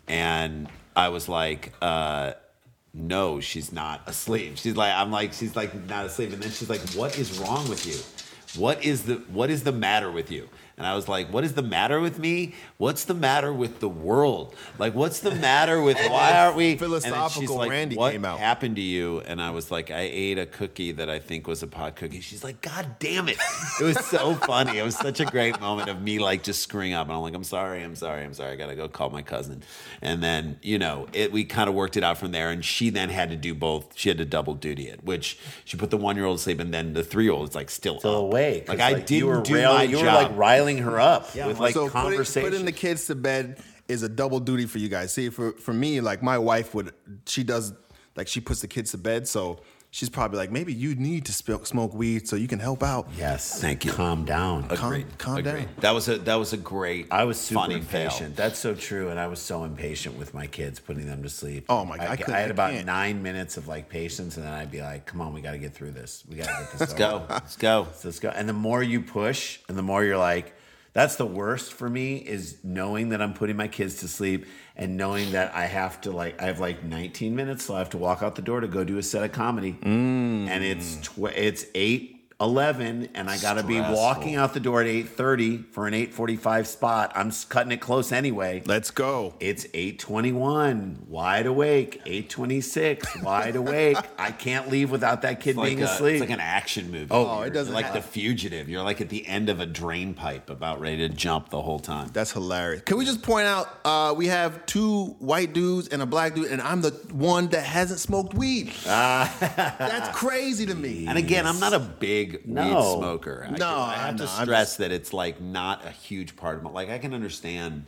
Speaker 2: And I was like, uh, no, she's not asleep. She's like, I'm like, she's like not asleep, and then she's like, what is wrong with you? What is the what is the matter with you? And I was like, what is the matter with me? What's the matter with the world? Like, what's the matter with why aren't we? And then she's
Speaker 1: Philosophical Randy
Speaker 2: what
Speaker 1: came out.
Speaker 2: happened to you? And I was like, I ate a cookie that I think was a pot cookie. She's like, God damn it. It was so funny. It was such a great moment of me like just screwing up. And I'm like, I'm sorry, I'm sorry, I'm sorry. I gotta go call my cousin. And then, you know, it we kind of worked it out from there. And she then had to do both. She had to double duty it, which she put the one year old to sleep and then the three year old is like still,
Speaker 3: Still
Speaker 2: up.
Speaker 3: away. 'cause,
Speaker 2: Like, I
Speaker 3: you
Speaker 2: didn't
Speaker 3: were
Speaker 2: do
Speaker 3: rail-
Speaker 2: my
Speaker 3: You were
Speaker 2: job.
Speaker 3: like riling her up with like
Speaker 1: so putting-
Speaker 3: conversation.
Speaker 1: Putting the kids to bed is a double duty for you guys. See, for for me, like my wife would, she does like she puts the kids to bed, so she's probably like, maybe you need to sp- smoke weed so you can help out.
Speaker 3: yes.
Speaker 2: Thank you.
Speaker 3: Calm down.
Speaker 2: Agreed.
Speaker 1: calm
Speaker 2: Agreed.
Speaker 1: down.
Speaker 2: That was a that was a great
Speaker 3: I was super
Speaker 2: funny
Speaker 3: impatient.
Speaker 2: fail.
Speaker 3: That's so true. And I was so impatient with my kids, putting them to sleep.
Speaker 1: Oh my God, I
Speaker 3: I,
Speaker 1: couldn't-
Speaker 3: I
Speaker 1: I
Speaker 3: had about
Speaker 1: can't.
Speaker 3: nine minutes of like patience, and then I'd be like, "Come on, we got to get through this. We got to get this.
Speaker 2: Let's go. Let's go.
Speaker 3: Let's go." And the more you push, and the more you're like, "That's the worst for me is knowing that I'm putting my kids to sleep, and knowing that I have to like I have like 19 minutes, so I have to walk out the door to go do a set of comedy,
Speaker 2: Mm.
Speaker 3: and it's tw- it's eight. 11 and I got to be
Speaker 2: Stressful.
Speaker 3: walking out the door at 8:30 for an 8:45 spot. I'm s- cutting it close anyway.
Speaker 1: Let's go.
Speaker 3: It's 8:21, wide awake. 8:26, wide awake. I can't leave without that kid
Speaker 2: like
Speaker 3: being
Speaker 2: a-
Speaker 3: asleep. Oh.
Speaker 2: It's like an action movie.
Speaker 1: Oh, it
Speaker 2: You're
Speaker 1: doesn't
Speaker 2: Like
Speaker 1: have-
Speaker 2: the fugitive. You're like at the end of a drain pipe, about ready to jump the whole time.
Speaker 1: That's hilarious. Can we just point out uh, we have two white dudes and a black dude, and I'm the one that hasn't smoked weed.
Speaker 3: Ah.
Speaker 1: That's crazy to me.
Speaker 2: and again, I'm not a big weed
Speaker 3: No.
Speaker 2: smoker. I,
Speaker 1: No,
Speaker 2: I have
Speaker 1: no,
Speaker 2: to
Speaker 1: I'm
Speaker 2: stress that it's like not a huge part of my. Like I can understand.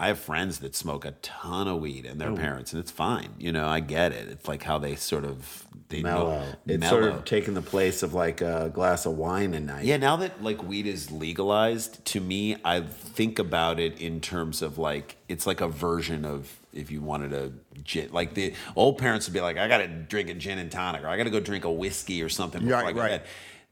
Speaker 2: I have friends that smoke a ton of weed and their parents, and it's fine. You know, I get it. It's like how they sort of they know-
Speaker 3: mellow. It's sort of taking the place of like a glass of wine a night.
Speaker 2: Yeah, now that like weed is legalized, to me, I think about it in terms of like it's like a version of if you wanted a gin. Like the old parents would be like, I gotta drink a gin and tonic, or I gotta go drink a whiskey or something before
Speaker 1: Right,
Speaker 2: I go
Speaker 1: right.
Speaker 2: to bed.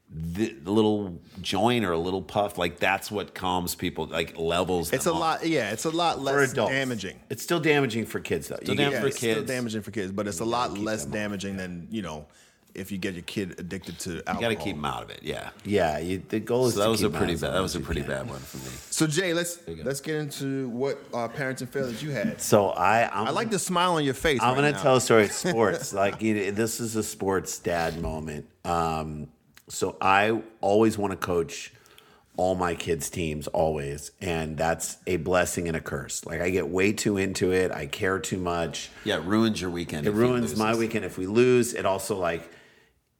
Speaker 2: The, the little joint or a little puff, like that's what calms people, like levels.
Speaker 1: It's a
Speaker 2: them off.
Speaker 1: lot. Yeah, it's a lot
Speaker 3: for
Speaker 1: less
Speaker 3: adults.
Speaker 1: damaging.
Speaker 3: It's still damaging for kids though. You
Speaker 2: dam-
Speaker 3: get-
Speaker 1: Yeah,
Speaker 2: for
Speaker 1: it's still
Speaker 2: kids.
Speaker 1: damaging for kids, but it's a lot less damaging than you know if you get your kid addicted to alcohol.
Speaker 2: You gotta keep them out of it. Yeah.
Speaker 3: yeah, you, the goal is.
Speaker 2: So that
Speaker 3: to
Speaker 2: was a
Speaker 3: keep them
Speaker 2: pretty
Speaker 3: out as
Speaker 2: bad. That
Speaker 3: long
Speaker 2: was
Speaker 3: as
Speaker 2: a
Speaker 3: you
Speaker 2: pretty
Speaker 3: can.
Speaker 2: bad one for me.
Speaker 1: So Jay, let's
Speaker 2: go.
Speaker 1: let's get into what uh, parenting failures you had.
Speaker 3: So I, I'm,
Speaker 1: I
Speaker 2: Mm-hmm.
Speaker 1: like the smile on your face.
Speaker 3: I'm
Speaker 1: right
Speaker 3: gonna
Speaker 1: now.
Speaker 3: tell a story. It's sports. like you know, this is a sports dad moment. Um, so I always want to coach all my kids' teams, always, and that's a blessing and a curse. Like I get way too into it. I care too much.
Speaker 2: Yeah, it ruins your weekend.
Speaker 3: It
Speaker 2: if you
Speaker 3: ruins
Speaker 2: lose
Speaker 3: my
Speaker 2: this.
Speaker 3: weekend if we lose. It also like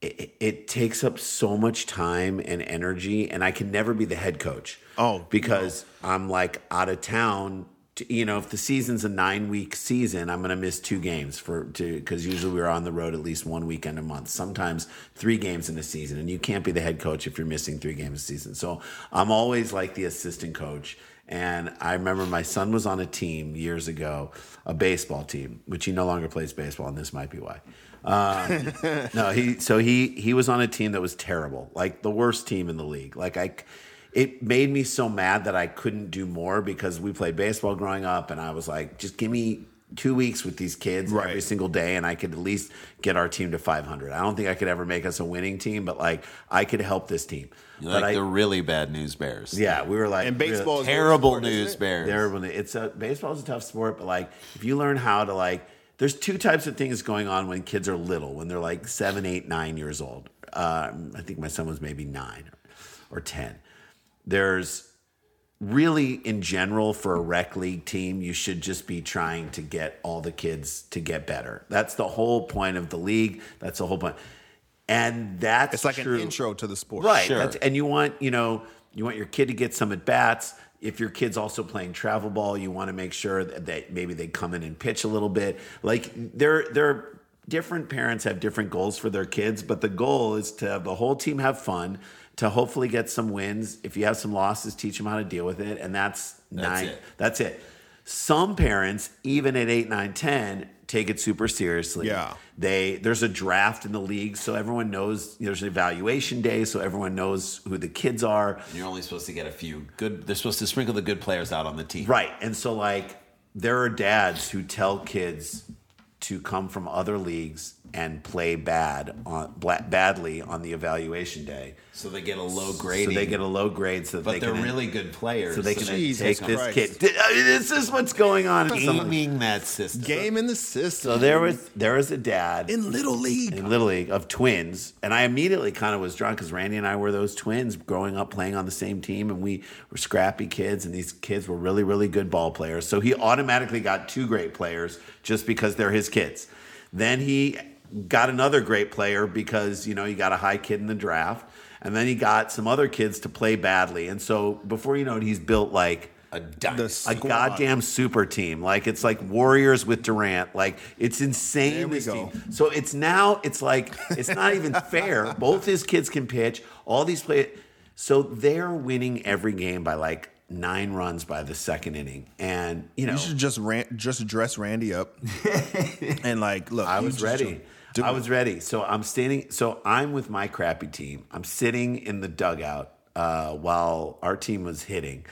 Speaker 3: it, it- it takes up so much time and energy, and I can never be the head coach.
Speaker 1: Oh,
Speaker 3: because I'm like out of town. To, you know, if the season's a nine week season, I'm gonna miss two games for to because usually we're on the road at least one weekend a month. Sometimes three games in a season, and you can't be the head coach if you're missing three games a season. So I'm always like the assistant coach. And I remember my son was on a team years ago, a baseball team, which he no longer plays baseball, and this might be why. Um, no, he so he he was on a team that was terrible, like the worst team in the league. Like I, it made me so mad that I couldn't do more because we played baseball growing up, and I was like, just give me two weeks with these kids every
Speaker 1: Right.
Speaker 3: single day, and I could at least get our team to 500. I don't think I could ever make us a winning team, but like I could help this team.
Speaker 2: You're
Speaker 3: but
Speaker 2: Like
Speaker 3: I,
Speaker 2: the really bad news bears.
Speaker 3: yeah, we were like
Speaker 1: And
Speaker 3: really-
Speaker 1: baseball is
Speaker 2: Terrible
Speaker 1: what it's for, isn't
Speaker 2: news
Speaker 1: it?
Speaker 2: bears.
Speaker 3: there when it's a baseball's a tough sport, but like if you learn how to like there's two types of things going on when kids are little, when they're like seven, eight, nine years old. Um, I think my son was maybe nine or, or ten. There's really in general for a rec league team you should just be trying to get all the kids to get better that's the whole point of the league that's the whole point and that's
Speaker 1: It's like
Speaker 3: true-
Speaker 1: an intro to the sport.
Speaker 3: Right.
Speaker 2: Sure.
Speaker 3: That's- and you want, you know, you want your kid to get some at bats. If your kid's also playing travel ball, you want to make sure that, that maybe they come in and pitch a little bit. Like they're they're different parents have different goals for their kids, but the goal is to have the whole team have fun, to hopefully get some wins. If you have some losses, teach them how to deal with it. And that's, nine.
Speaker 2: it.
Speaker 3: That's it. Some parents, even at eight, nine, 10, take it super seriously.
Speaker 1: Yeah.
Speaker 3: They there's a draft in the league, so everyone knows there's an evaluation day, so everyone knows who the kids are.
Speaker 2: You're only supposed to get a few good. They're supposed to sprinkle the good players out on the team.
Speaker 3: Right. And so like there are dads who tell kids to come from other leagues and play bad on bla- badly on the evaluation day.
Speaker 2: So they get a low grade.
Speaker 3: So they get a low grade so that
Speaker 2: But
Speaker 3: they
Speaker 2: they are
Speaker 3: can
Speaker 2: really good players.
Speaker 3: so they can then
Speaker 1: Jesus
Speaker 3: take this
Speaker 1: Christ.
Speaker 3: kid. Th- I mean, This is what's going on. in some of the-
Speaker 2: gaming that system.
Speaker 1: Game in the system.
Speaker 3: So there was there was a dad
Speaker 1: in little league.
Speaker 3: in Little League of twins, and I immediately kind of was drawn because Randy and I were those twins growing up playing on the same team, and we were scrappy kids, and these kids were really, really good ball players. So he automatically got two great players just because they're his kids. Then he got another great player because you know he got a high kid in the draft, and then he got some other kids to play badly, and so before you know it, he's built like
Speaker 2: a dime.
Speaker 1: The
Speaker 3: a
Speaker 1: squad.
Speaker 3: goddamn super team. Like it's like Warriors with Durant. Like it's insane.
Speaker 1: There we
Speaker 3: this
Speaker 1: go.
Speaker 3: team. So it's now it's like it's not even fair. Both his kids can pitch. All these play. So they're winning every game by like nine runs by the second inning, and you know
Speaker 1: You should just ran, just dress Randy up and like look.
Speaker 3: I
Speaker 1: you
Speaker 3: was
Speaker 1: just
Speaker 3: ready.
Speaker 1: do
Speaker 3: I
Speaker 1: it.
Speaker 3: was ready. So I'm standing. So I'm with my crappy team. I'm sitting in the dugout uh, while our team was hitting,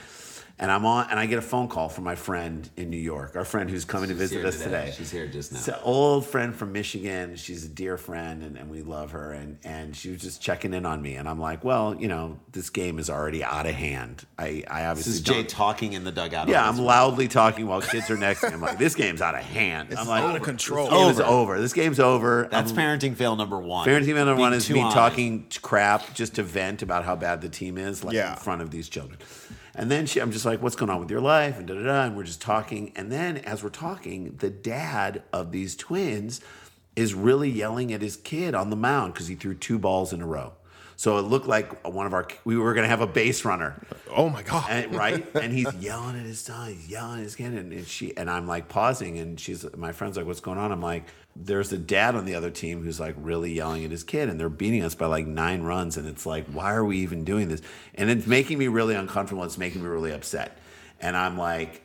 Speaker 3: and I'm on. And I get a phone call from my friend in New York. Our friend who's coming to visit
Speaker 2: here
Speaker 3: us
Speaker 2: today.
Speaker 3: today.
Speaker 2: She's here just now.
Speaker 3: It's an old friend from Michigan. She's a dear friend, and, and we love her. And and she was just checking in on me. And I'm like, well, you know, this game is already out of hand. I I obviously
Speaker 2: This is
Speaker 3: don't-
Speaker 2: Jay talking in the dugout.
Speaker 3: yeah,
Speaker 2: on
Speaker 3: I'm
Speaker 2: this
Speaker 3: loudly talking while kids are next to me. I'm like, this game's out of hand. I'm like,
Speaker 1: out of control.
Speaker 3: This game is
Speaker 2: Over.
Speaker 3: over. This game's over.
Speaker 2: one.
Speaker 3: Um,
Speaker 2: That's parenting fail number one.
Speaker 3: Parenting number
Speaker 2: Being
Speaker 3: one is
Speaker 2: too
Speaker 3: me
Speaker 2: honest.
Speaker 3: talking crap just to vent about how bad the team is, like
Speaker 1: Yeah.
Speaker 3: in front of these children. And then she, I'm just like, "What's going on with your life?" And da da da. And we're just talking. And then as we're talking, the dad of these twins is really yelling at his kid on the mound because he threw two balls in a row. So it looked like one of our we were gonna have a base runner,
Speaker 1: Oh my god.
Speaker 3: and, right? And he's yelling at his son, he's yelling at his kid, and, and she and I'm like pausing, and she's my friend's like, "What's going on?" I'm like, "There's a dad on the other team who's like really yelling at his kid, and they're beating us by like nine runs, and it's like, why are we even doing this?" And it's making me really uncomfortable. It's making me really upset, and I'm like,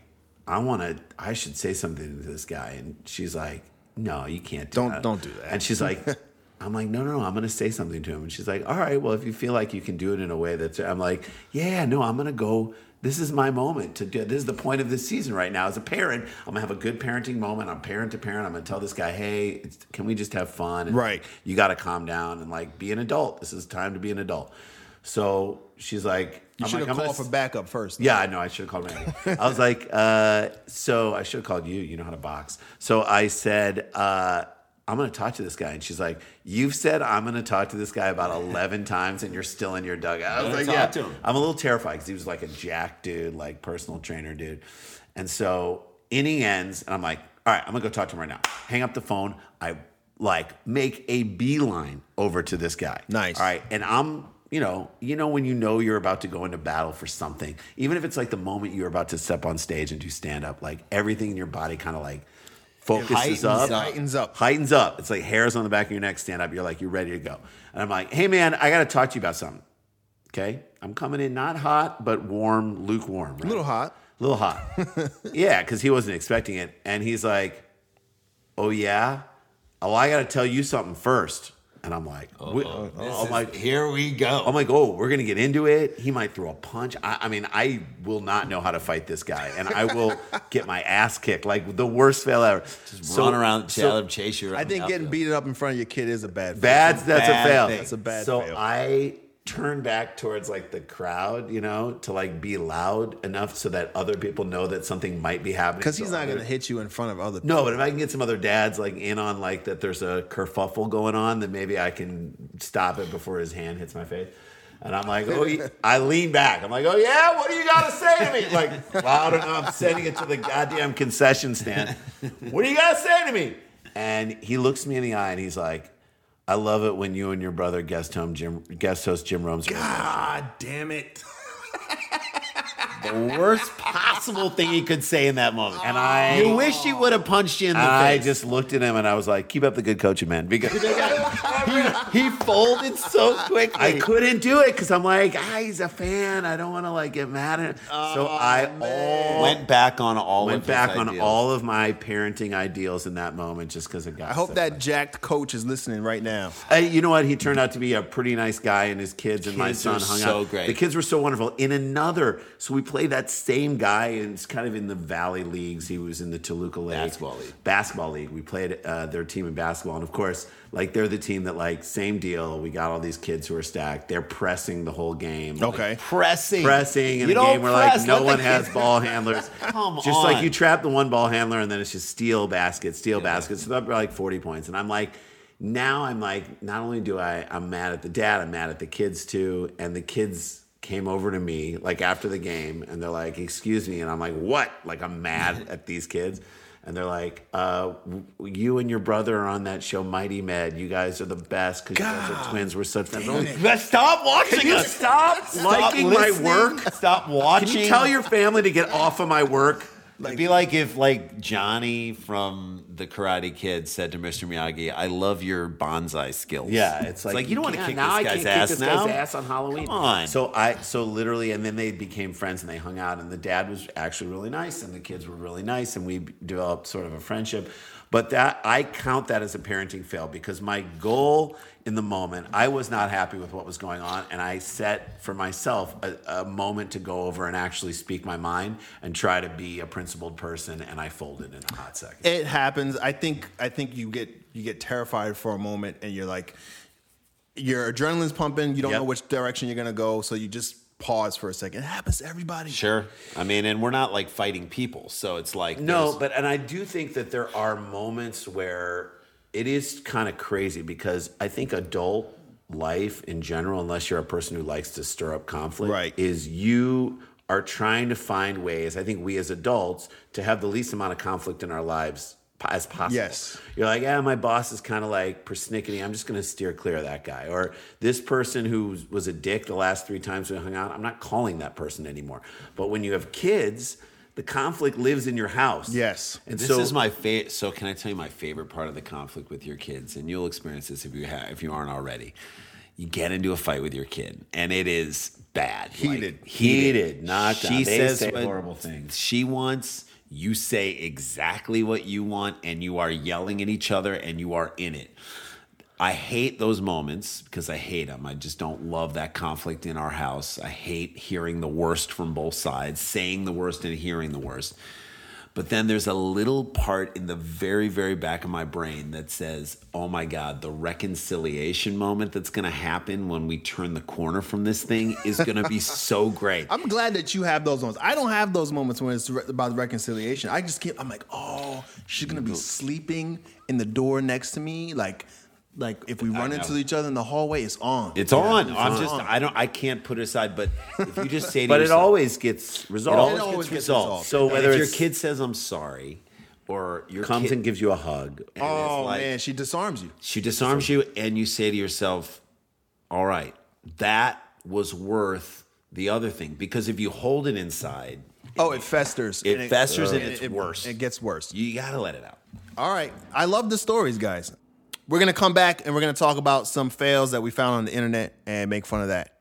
Speaker 3: "I want to. I should say something to this guy." And she's like, "No, you can't. Do
Speaker 1: Don't-
Speaker 3: that.
Speaker 1: don't do that.
Speaker 3: And she's like. I'm like, no, no, no, I'm going to say something to him. And she's like, all right, well, if you feel like you can do it in a way that's, I'm like, yeah, yeah, no, I'm going to go. This is my moment to do. This is the point of this season right now. As a parent, I'm going to have a good parenting moment. I'm parent to parent. I'm going to tell this guy, hey, it's, can we just have fun? And
Speaker 1: Right.
Speaker 3: You got to calm down and like be an adult. This is time to be an adult. So she's like,
Speaker 1: you should
Speaker 3: like,
Speaker 1: have
Speaker 3: gonna
Speaker 1: called for backup first.
Speaker 3: yeah, I know. I should have called Randy. I was like, uh, so I should have called you. You know how to box. So I said, uh, I'm going to talk to this guy. And she's like, You've said I'm going to talk to this guy about 11 times and you're still in your dugout. I was
Speaker 2: gonna
Speaker 3: like,
Speaker 2: talk
Speaker 3: Yeah.
Speaker 2: to him.
Speaker 3: I'm a little terrified because he was like a jack dude, like personal trainer dude. And so inning ends, and I'm like, all right, I'm gonna go talk to him right now. Hang up the phone. I like make a beeline over to this guy.
Speaker 1: Nice.
Speaker 3: All right. And I'm, you know, you know when you know you're about to go into battle for something, even if it's like the moment you're about to step on stage and do stand up, like everything in your body kind of like focuses
Speaker 1: heightens
Speaker 3: up,
Speaker 1: up. Heightens up.
Speaker 3: heightens up. It's like hairs on the back of your neck stand up. You're like, you're ready to go. And I'm like, hey man, I gotta talk to you about something. Okay. I'm coming in not hot, but warm, lukewarm. Right?
Speaker 1: A little hot.
Speaker 3: little hot. yeah, because he wasn't expecting it. And he's like, Oh, yeah? Oh, I got to tell you something first. And I'm like, we- I'm like,
Speaker 2: Here we go.
Speaker 3: I'm like, oh, we're gonna get into it. He might throw a punch. I, I mean, I will not know how to fight this guy, and I will get my ass kicked like the worst fail ever. Just
Speaker 2: Run around, so, chase you. Around
Speaker 1: I think
Speaker 2: the
Speaker 1: getting
Speaker 2: outfield.
Speaker 1: beaten up in front of your kid is a bad thing.
Speaker 3: bad. That's,
Speaker 2: bad
Speaker 3: a fail.
Speaker 2: thing.
Speaker 1: That's a bad
Speaker 3: so
Speaker 1: fail.
Speaker 3: I turn back towards like the crowd, you know, to like be loud enough so that other people know that something might be happening.
Speaker 1: Because he's
Speaker 3: So
Speaker 1: not
Speaker 3: I-
Speaker 1: going to hit you in front of other people.
Speaker 3: No, but if I can get some other dads like in on like that there's a kerfuffle going on, then maybe I can stop it before his hand hits my face. And I'm like, oh, yeah. I lean back. I'm like, oh yeah, what do you got to say to me? Like loud enough, sending it to the goddamn concession stand. What do you got to say to me? And he looks me in the eye and he's like, I love it when you and your brother guest home Jim guest host Jim Rome's.
Speaker 1: God damn it.
Speaker 3: the worst possible thing he could say in that moment. And I
Speaker 2: You wish he would have punched you in the
Speaker 3: And I
Speaker 2: face.
Speaker 3: just looked at him and I was like, keep up the good coaching, man. Because he, he folded so quickly. I couldn't do it because I'm like, ah, he's a fan. I don't want to like get mad at him. so I all
Speaker 2: went back on all.
Speaker 3: went
Speaker 2: of his
Speaker 3: back on
Speaker 2: ideas.
Speaker 3: all of my parenting ideals in that moment just because it got
Speaker 1: I hope
Speaker 3: so
Speaker 1: that jacked coach is listening right now.
Speaker 3: uh, you know what? He turned out to be a pretty nice guy, and his kids and my
Speaker 2: Kids
Speaker 3: son
Speaker 2: are
Speaker 3: hung
Speaker 2: so
Speaker 3: out.
Speaker 2: great.
Speaker 3: The kids were so wonderful. In another, so we play that same guy, and it's kind of in the Valley Leagues. He was in the Toluca League
Speaker 2: Basketball league.
Speaker 3: Basketball league. We played uh, their team in basketball, and of course, like they're the team that like same deal. We got all these kids who are stacked. They're pressing the whole game. Like,
Speaker 1: Okay.
Speaker 2: pressing,
Speaker 3: pressing in
Speaker 2: You
Speaker 3: a
Speaker 2: don't
Speaker 3: game where like
Speaker 2: press,
Speaker 3: no
Speaker 2: let
Speaker 3: one
Speaker 2: the
Speaker 3: has
Speaker 2: kid-
Speaker 3: ball handlers.
Speaker 2: Come
Speaker 3: just like
Speaker 2: on.
Speaker 3: you trap the one ball handler and then it's just steal basket, steal basket. So that'd be like 40 points. And I'm like, now I'm like, not only do I I'm mad at the dad, I'm mad at the kids too. And the kids came over to me like after the game and they're like, excuse me. And I'm like, what? Like I'm mad at these kids. And they're like, uh, w- you and your brother are on that show, Mighty Med. You guys are the best because you guys are twins. We're such friends. I'm like,
Speaker 2: Let's stop watching
Speaker 3: Can you
Speaker 2: us.
Speaker 3: stop liking my
Speaker 2: listening.
Speaker 3: work?
Speaker 2: Stop watching.
Speaker 3: Can you tell your family to get off of my work?
Speaker 2: It'd be like if like Johnny from the Karate Kid said to Mr. Miyagi, "I love your bonsai skills."
Speaker 3: it's like,
Speaker 2: you don't want to
Speaker 3: yeah,
Speaker 2: kick
Speaker 3: now
Speaker 2: this
Speaker 3: I can't
Speaker 2: guy's
Speaker 3: kick
Speaker 2: ass
Speaker 3: this
Speaker 2: now.
Speaker 3: guy's ass on Halloween.
Speaker 2: Come on.
Speaker 3: So I so literally, and then they became friends and they hung out, and the dad was actually really nice, and the kids were really nice, and we developed sort of a friendship. But that I count that as a parenting fail because my goal in the moment, I was not happy with what was going on, and I set for myself a, a moment to go over and actually speak my mind and try to be a principled person, and I folded in a hot second.
Speaker 1: It happens. I think I think you get you get terrified for a moment and you're like your adrenaline's pumping, you don't
Speaker 3: Yep.
Speaker 1: know which direction you're gonna go, so you just pause for a second. It happens to everybody.
Speaker 2: Sure. I mean, and we're not like fighting people, so it's like
Speaker 3: No,
Speaker 2: there's-
Speaker 3: but and I do think that there are moments where it is kind of crazy because I think adult life in general, unless you're a person who likes to stir up conflict,
Speaker 1: Right.
Speaker 3: is you are trying to find ways. I think we as adults to have the least amount of conflict in our lives po- as possible.
Speaker 1: Yes.
Speaker 3: You're like, yeah, my boss is kind of like persnickety. I'm just going to steer clear of that guy. Or this person who was a dick the last three times we hung out, I'm not calling that person anymore. But when you have kids, the conflict lives in your house.
Speaker 1: Yes.
Speaker 3: And
Speaker 2: This
Speaker 3: so
Speaker 2: is my favorite. So, can I tell you my favorite part of the conflict with your kids? And you'll experience this if you ha- if you aren't already. You get into a fight with your kid, and it is bad,
Speaker 1: Heated.
Speaker 3: Heated, knocked down. They say
Speaker 2: what
Speaker 3: horrible things.
Speaker 2: She wants. You say exactly what you want, and you are yelling at each other, and you are in it. I hate those moments because I hate them. I just don't love that conflict in our house. I hate hearing the worst from both sides, saying the worst and hearing the worst. But then there's a little part in the very, very back of my brain that says, oh my God, the reconciliation moment that's going to happen when we turn the corner from this thing is going to be so great.
Speaker 1: I'm glad that you have those moments. I don't have those moments when it's re- about reconciliation. I just keep. I'm like, oh, she's gonna be sleeping in the door next to me. Like, like if we run into each other in the hallway, it's on.
Speaker 2: It's on. I'm just, I don't, I can't put it aside. But if you just say to
Speaker 3: But it
Speaker 2: yourself,
Speaker 3: always gets
Speaker 2: it
Speaker 3: resolved.
Speaker 2: always,
Speaker 1: It always
Speaker 2: gets,
Speaker 1: gets
Speaker 2: resolved.
Speaker 1: resolved.
Speaker 2: So
Speaker 3: And
Speaker 2: whether
Speaker 3: if
Speaker 2: your
Speaker 3: your
Speaker 2: kid says I'm sorry, or your
Speaker 3: comes
Speaker 2: kid,
Speaker 3: and gives you a hug.
Speaker 2: and it's
Speaker 1: Oh
Speaker 2: like-
Speaker 1: man, she disarms you.
Speaker 2: She disarms you, and you say to yourself, All right, that was worth the other thing. Because if you hold it inside,
Speaker 1: Oh, it festers.
Speaker 2: It
Speaker 1: And
Speaker 2: festers and
Speaker 1: it-
Speaker 2: it's
Speaker 1: it-
Speaker 2: worse.
Speaker 1: It gets worse.
Speaker 2: you got to let it out.
Speaker 1: All right. I love the stories, guys. We're going to come back and we're going to talk about some fails that we found on the internet and make fun of that.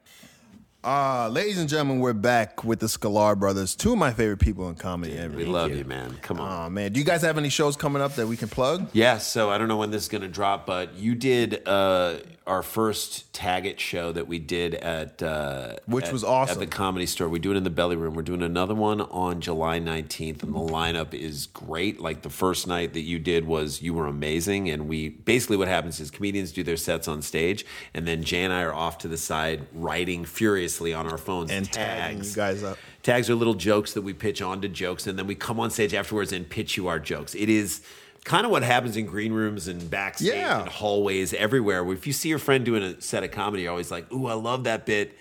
Speaker 1: Uh, ladies and gentlemen, we're back with the Scalar brothers, two of my favorite people in comedy ever.
Speaker 2: We love you. man. Come on.
Speaker 1: Oh, man. Do you guys have any shows coming up that we can plug?
Speaker 2: Yeah, so I don't know when this is going to drop, but you did uh, our first Tag It show that we did at. Uh,
Speaker 1: Which
Speaker 2: at-
Speaker 1: was awesome.
Speaker 2: At the comedy store. We do it in the belly room. We're doing another one on July 19th, and the lineup is great. Like the first night that you did was you were amazing. And we basically what happens is comedians do their sets on stage, and then Jay and I are off to the side writing furiously on our phones
Speaker 1: And tagging
Speaker 2: tags.
Speaker 1: you guys up.
Speaker 2: Tags are little jokes that we pitch onto jokes, and then we come on stage afterwards and pitch you our jokes. It is kind of what happens in green rooms and backstage
Speaker 1: Yeah.
Speaker 2: and hallways everywhere. If you see your friend doing a set of comedy, you're always like, "Ooh, I love that bit."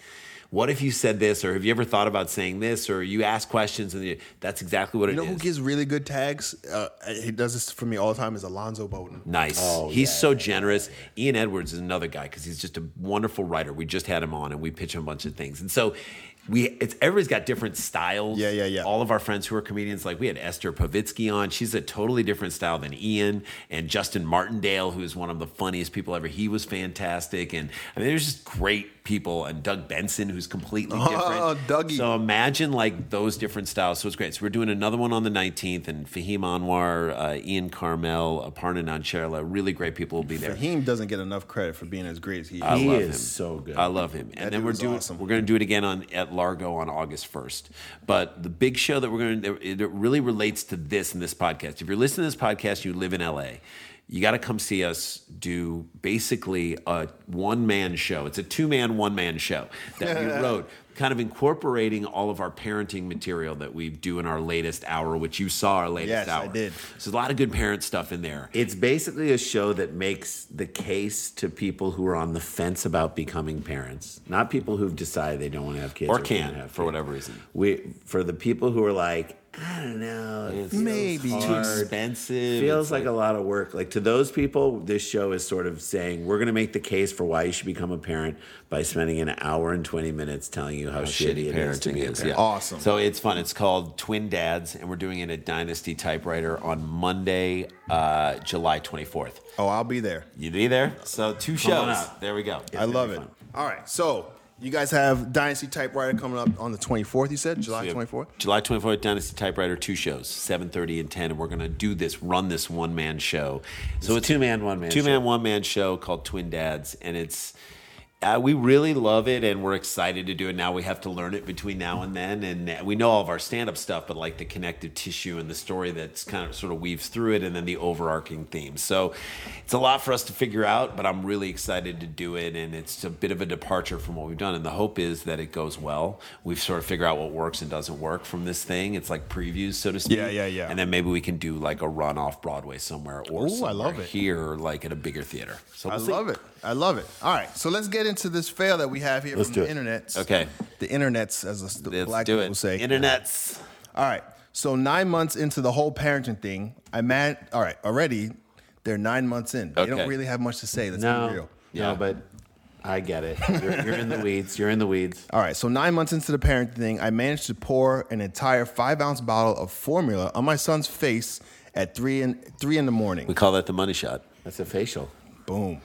Speaker 2: What if you said this, or have you ever thought about saying this, or you ask questions, and you- that's exactly what it
Speaker 1: You
Speaker 2: is.
Speaker 1: know who gives really good tags? Uh, he does this for me all the time is Alonzo Bowden.
Speaker 2: Nice.
Speaker 1: Oh,
Speaker 2: he's so generous. Ian Edwards is another guy because he's just a wonderful writer. We just had him on and we pitch him a bunch of things. And so we it's everybody's got different styles.
Speaker 1: Yeah, yeah, yeah.
Speaker 2: All of our friends who are comedians, like we had Esther Pavitsky on. She's a totally different style than Ian and Justin Martindale, who is one of the funniest people ever. He was fantastic. And I mean, there's just great people. And Doug Benson, who's completely different.
Speaker 1: Oh, Dougie.
Speaker 2: So imagine like those different styles. So it's great. So we're doing another one on the 19th, and Fahim Anwar, uh, Ian Carmel, Aparna Nancherla, really great people will be there.
Speaker 1: Raheem doesn't get enough credit for being as great as he is.
Speaker 3: He
Speaker 2: love
Speaker 3: is
Speaker 2: him.
Speaker 3: so good.
Speaker 2: I love him. And then
Speaker 1: dude
Speaker 2: we're
Speaker 1: was
Speaker 2: doing
Speaker 1: awesome.
Speaker 2: we're going to do it again on at Largo on August 1st. But the big show that we're going to it really relates to this in this podcast. If you're listening to this podcast, you live in LA. You got to come see us do basically a one man show. It's a two man, one man show that we wrote, kind of incorporating all of our parenting material that we do in our latest hour, which you saw our latest
Speaker 1: Yes, I
Speaker 2: hour.
Speaker 1: did.
Speaker 2: So, there's a lot of good parent stuff in there.
Speaker 3: It's basically a show that makes the case to people who are on the fence about becoming parents, not people who've decided they don't want to have kids
Speaker 2: Or
Speaker 3: want
Speaker 2: can,
Speaker 3: to have
Speaker 2: for
Speaker 3: kids.
Speaker 2: whatever reason.
Speaker 3: We for the people who are like, I don't know, it feels
Speaker 1: Maybe. Too
Speaker 3: hard.
Speaker 2: expensive.
Speaker 3: Feels like, a lot of work. Like to those people, this show is sort of saying we're going to make the case for why you should become a parent by spending an hour and twenty minutes telling you how, shitty, it is to be a parent.
Speaker 2: yeah.
Speaker 1: Awesome.
Speaker 2: So it's fun. It's called Twin Dads, and we're doing it at Dynasty Typewriter on Monday, uh, July 24th.
Speaker 1: Oh, I'll be there.
Speaker 2: You be there? So two
Speaker 3: on
Speaker 2: shows.
Speaker 3: out.
Speaker 2: There we go.
Speaker 1: I love it. All right. So you guys have Dynasty Typewriter coming up on the 24th, you said? July 24th?
Speaker 2: July 24th, Dynasty Typewriter, two shows, 7.30 and 10. And we're going to do this, run this one-man show. So it's,
Speaker 3: two-man, one-man
Speaker 2: Two-man,
Speaker 3: show.
Speaker 2: one-man show called Twin Dads. And it's, uh, we really love it and we're excited to do it now. We have to learn it between now and then. And we know all of our stand-up stuff, but like the connective tissue and the story that's kind of sort of weaves through it and then the overarching theme. So it's a lot for us to figure out, but I'm really excited to do it. And it's a bit of a departure from what we've done. And the hope is that it goes well. We've sort of figured out what works and doesn't work from this thing. It's like previews, so to speak.
Speaker 1: Yeah, yeah, yeah.
Speaker 2: And then maybe we can do like a run off Broadway somewhere or
Speaker 1: Ooh, I
Speaker 2: somewhere
Speaker 1: love it.
Speaker 2: here, like at a bigger theater. So
Speaker 1: I
Speaker 2: we'll see.
Speaker 1: love it. I love it. All right. So let's get into this fail that we have here
Speaker 3: Let's
Speaker 1: from
Speaker 3: do
Speaker 1: the
Speaker 3: it.
Speaker 1: internet.
Speaker 2: Okay.
Speaker 1: The internets, as the
Speaker 2: Let's
Speaker 1: black
Speaker 2: do
Speaker 1: people
Speaker 2: it.
Speaker 1: say.
Speaker 2: Internets.
Speaker 1: All right. So nine months into the whole parenting thing, I man, all right, already they're nine months in. They
Speaker 2: Okay.
Speaker 1: don't really have much to say. Let's
Speaker 3: No,
Speaker 1: be real.
Speaker 2: Yeah.
Speaker 3: no, but I get it. You're, you're in the weeds. You're in the weeds.
Speaker 1: All right, so nine months into the parenting thing, I managed to pour an entire five ounce bottle of formula on my son's face at three in three in the morning.
Speaker 2: We call that the money shot.
Speaker 3: That's a facial.
Speaker 1: Boom.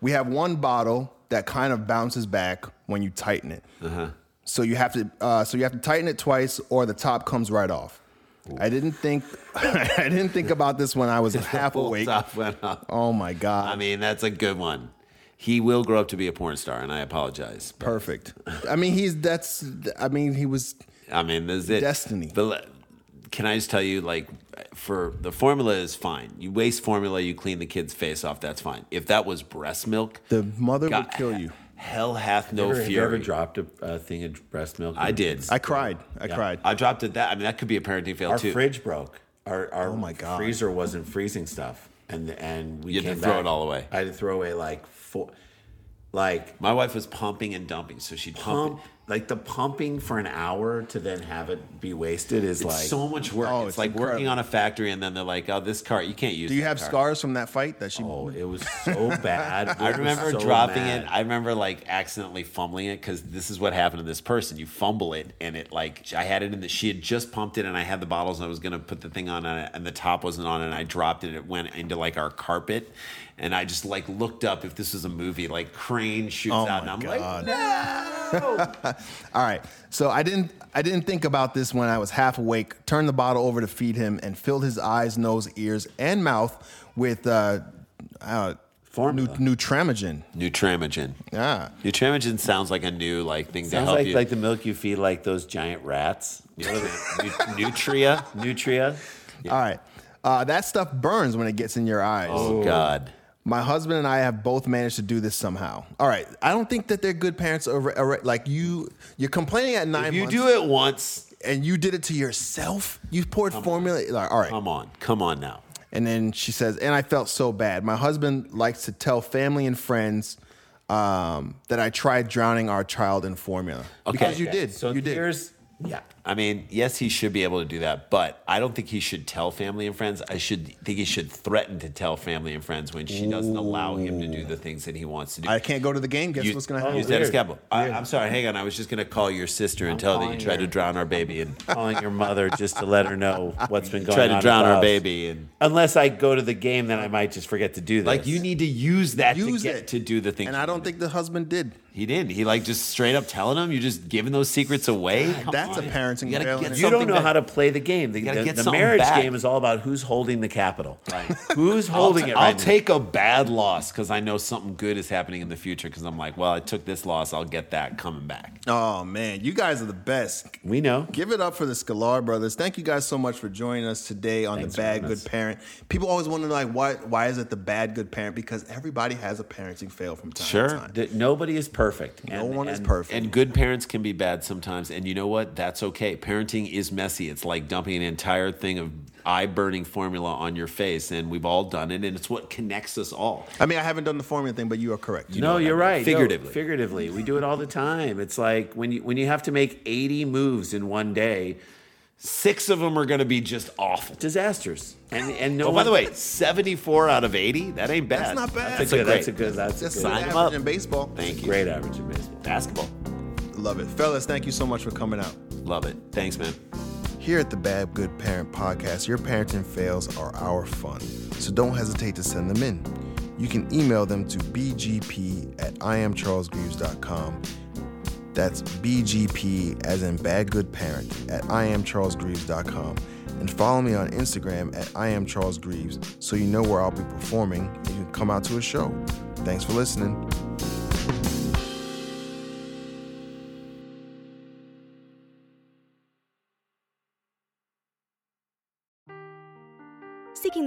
Speaker 1: We have one bottle that kind of bounces back when you tighten it.
Speaker 2: Uh-huh.
Speaker 1: So you have to uh, so you have to tighten it twice, or the top comes right off. I didn't think I didn't think about this when I was half
Speaker 2: Full
Speaker 1: awake.
Speaker 2: top went up.
Speaker 1: Oh my god!
Speaker 2: I mean, that's a good one. He will grow up to be a porn star, and I apologize. But,
Speaker 1: Perfect. I mean, he's that's. I mean, he was.
Speaker 2: I mean, this is it.
Speaker 1: Destiny.
Speaker 2: But le- can I just tell you, like, for the formula is fine. You waste formula, you clean the kid's face off. That's fine. If that was breast milk,
Speaker 1: The mother
Speaker 2: God-
Speaker 1: would kill you.
Speaker 2: Hell hath no
Speaker 3: Ever, have you ever
Speaker 2: fury.
Speaker 3: dropped a, a thing of breast milk?
Speaker 2: I did.
Speaker 1: I cried. I cried.
Speaker 2: I dropped it. That I mean, that could be a parenting fail
Speaker 3: Our
Speaker 2: too.
Speaker 3: fridge broke. Our, our
Speaker 1: Oh my God.
Speaker 3: freezer wasn't freezing stuff, and and we
Speaker 2: You had to
Speaker 3: came
Speaker 2: throw
Speaker 3: back.
Speaker 2: it all away.
Speaker 3: I had to throw away like four, like
Speaker 2: My wife was pumping and dumping, so she'd pump.
Speaker 3: pump, like the pumping for an hour to then have it be wasted is
Speaker 2: It's
Speaker 3: like
Speaker 2: so much work.
Speaker 1: Oh,
Speaker 2: it's,
Speaker 1: it's
Speaker 2: like working
Speaker 1: incredible.
Speaker 2: on a factory, and then they're like, "Oh, this car, you can't use."
Speaker 1: Do you
Speaker 2: that
Speaker 1: have
Speaker 2: car.
Speaker 1: scars from that fight that she?
Speaker 3: Oh, it was so bad.
Speaker 2: I remember dropping it. I remember like accidentally fumbling it because this is what happened to this person. You fumble it and it like I had it in the she had just pumped it and I had the bottles and I was gonna put the thing on and, I- and the top wasn't on and I dropped it. It went into like our carpet and I just like looked up if this was a movie like Crane shoots
Speaker 1: Oh,
Speaker 2: out and
Speaker 1: my
Speaker 2: I'm
Speaker 1: God.
Speaker 2: like no.
Speaker 1: All right. So I didn't. I didn't think about this when I was half awake. Turned the bottle over to feed him and filled his eyes, nose, ears, and mouth with uh, uh, nu-
Speaker 3: Formula.
Speaker 1: Nutramigen. Ah,
Speaker 2: Nutramigen.
Speaker 1: Yeah.
Speaker 2: Nutramigen sounds like a new like thing to
Speaker 3: Sounds
Speaker 2: help
Speaker 3: like,
Speaker 2: you.
Speaker 3: like the milk you feed like those giant rats.
Speaker 2: You know, nu- Nutria.
Speaker 3: Nutria.
Speaker 1: All right. Uh, that stuff burns when it gets in your eyes.
Speaker 2: Oh God.
Speaker 1: My husband and I have both managed to do this somehow. All right, I don't think that they're good parents. Or, or- like you, you're complaining at nine
Speaker 2: If you
Speaker 1: months,
Speaker 2: do it once,
Speaker 1: and you did it to yourself. You poured formula. like, all right,
Speaker 2: come on, come on now.
Speaker 1: and then she says, and I felt so bad. My husband likes to tell family and friends um, that I tried drowning our child in formula because you did.
Speaker 3: So
Speaker 1: you did.
Speaker 3: here's yeah.
Speaker 2: I mean, yes, he should be able to do that, but I don't think he should tell family and friends. I should think he should threaten to tell family and friends when she doesn't allow him to do the things that he wants to do.
Speaker 1: I can't go to the game. Guess
Speaker 2: You-
Speaker 1: what's gonna
Speaker 2: you
Speaker 1: happen?
Speaker 2: said it's capital. I, I'm sorry. Hang on. I was just going to call your sister and tell her that you
Speaker 3: calling
Speaker 2: tried to
Speaker 3: her.
Speaker 2: drown our baby and
Speaker 3: Calling your mother just to let her know what's been going
Speaker 2: tried
Speaker 3: on.
Speaker 2: to
Speaker 3: at
Speaker 2: drown
Speaker 3: the
Speaker 2: our
Speaker 3: house.
Speaker 2: baby and
Speaker 3: Unless I go to the game, then I might just forget to do this.
Speaker 2: like you need to use that
Speaker 1: Use
Speaker 2: to get
Speaker 1: it
Speaker 2: to do the thing.
Speaker 1: and I don't think the husband did.
Speaker 2: he did. He like just straight up telling him you're just giving those secrets away. Come
Speaker 1: that's
Speaker 2: on.
Speaker 1: a parenting
Speaker 2: You gotta
Speaker 1: failing.
Speaker 2: get
Speaker 1: You
Speaker 3: you don't
Speaker 2: something
Speaker 3: know
Speaker 2: back.
Speaker 3: how to play the game. The,
Speaker 2: gotta
Speaker 3: the-
Speaker 2: get
Speaker 3: the
Speaker 2: something
Speaker 3: marriage
Speaker 2: back.
Speaker 3: game is all about who's holding the capital. Who's holding
Speaker 2: I'll
Speaker 3: it
Speaker 2: ta-
Speaker 3: right
Speaker 2: I'll
Speaker 3: now?
Speaker 2: take a bad loss because I know something good is happening in the future. Because I'm like, well, I took this loss, I'll get that coming back.
Speaker 1: Oh man, you guys are the best.
Speaker 3: We know.
Speaker 1: Give it up for the Scalar brothers. Thank you guys so much for joining us today on the Bad Good Parent. People always wonder like why why is it the Bad Good Parent? Because everybody has a parenting fail from time
Speaker 2: Sure.
Speaker 1: to time.
Speaker 3: that nobody is perfect.
Speaker 1: No one is
Speaker 3: and-
Speaker 1: perfect.
Speaker 2: And good parents can be bad sometimes, and you know what? That's okay. Parenting is messy. It's like dumping an entire thing of eye burning formula on your face, and we've all done it, and it's what connects us all.
Speaker 1: I mean, I haven't done the formula thing, but you are correct. You
Speaker 3: no, you're right. No,
Speaker 2: Figuratively.
Speaker 3: figuratively, we do it all the time. It's like when you when you have to make 80 moves in one day,
Speaker 2: Six of them are going to be just awful.
Speaker 3: disasters. And and no.
Speaker 2: Oh, by
Speaker 3: one-
Speaker 2: the way, 74 out of 80? That ain't bad.
Speaker 1: That's not bad.
Speaker 2: That's
Speaker 3: that's
Speaker 2: a
Speaker 3: a good.
Speaker 2: great.
Speaker 3: That's a good. That's,
Speaker 1: That's
Speaker 3: a
Speaker 1: the
Speaker 3: good.
Speaker 2: Sign 'em
Speaker 1: average
Speaker 2: up.
Speaker 1: in baseball.
Speaker 2: Thank you.
Speaker 3: Great average in baseball.
Speaker 2: Basketball.
Speaker 1: Love it. Fellas, thank you so much for coming out.
Speaker 2: Love it. Thanks, man.
Speaker 1: Here at the Bad Good Parent podcast, your parenting fails are our fun, so don't hesitate to send them in. You can email them to bgp at iamcharlesgreaves.com. That's bgp as in bad good parent at iamcharlesgreaves.com. And follow me on Instagram at iamcharlesgreaves so you know where I'll be performing and you can come out to a show. Thanks for listening.
Speaker 4: Seeking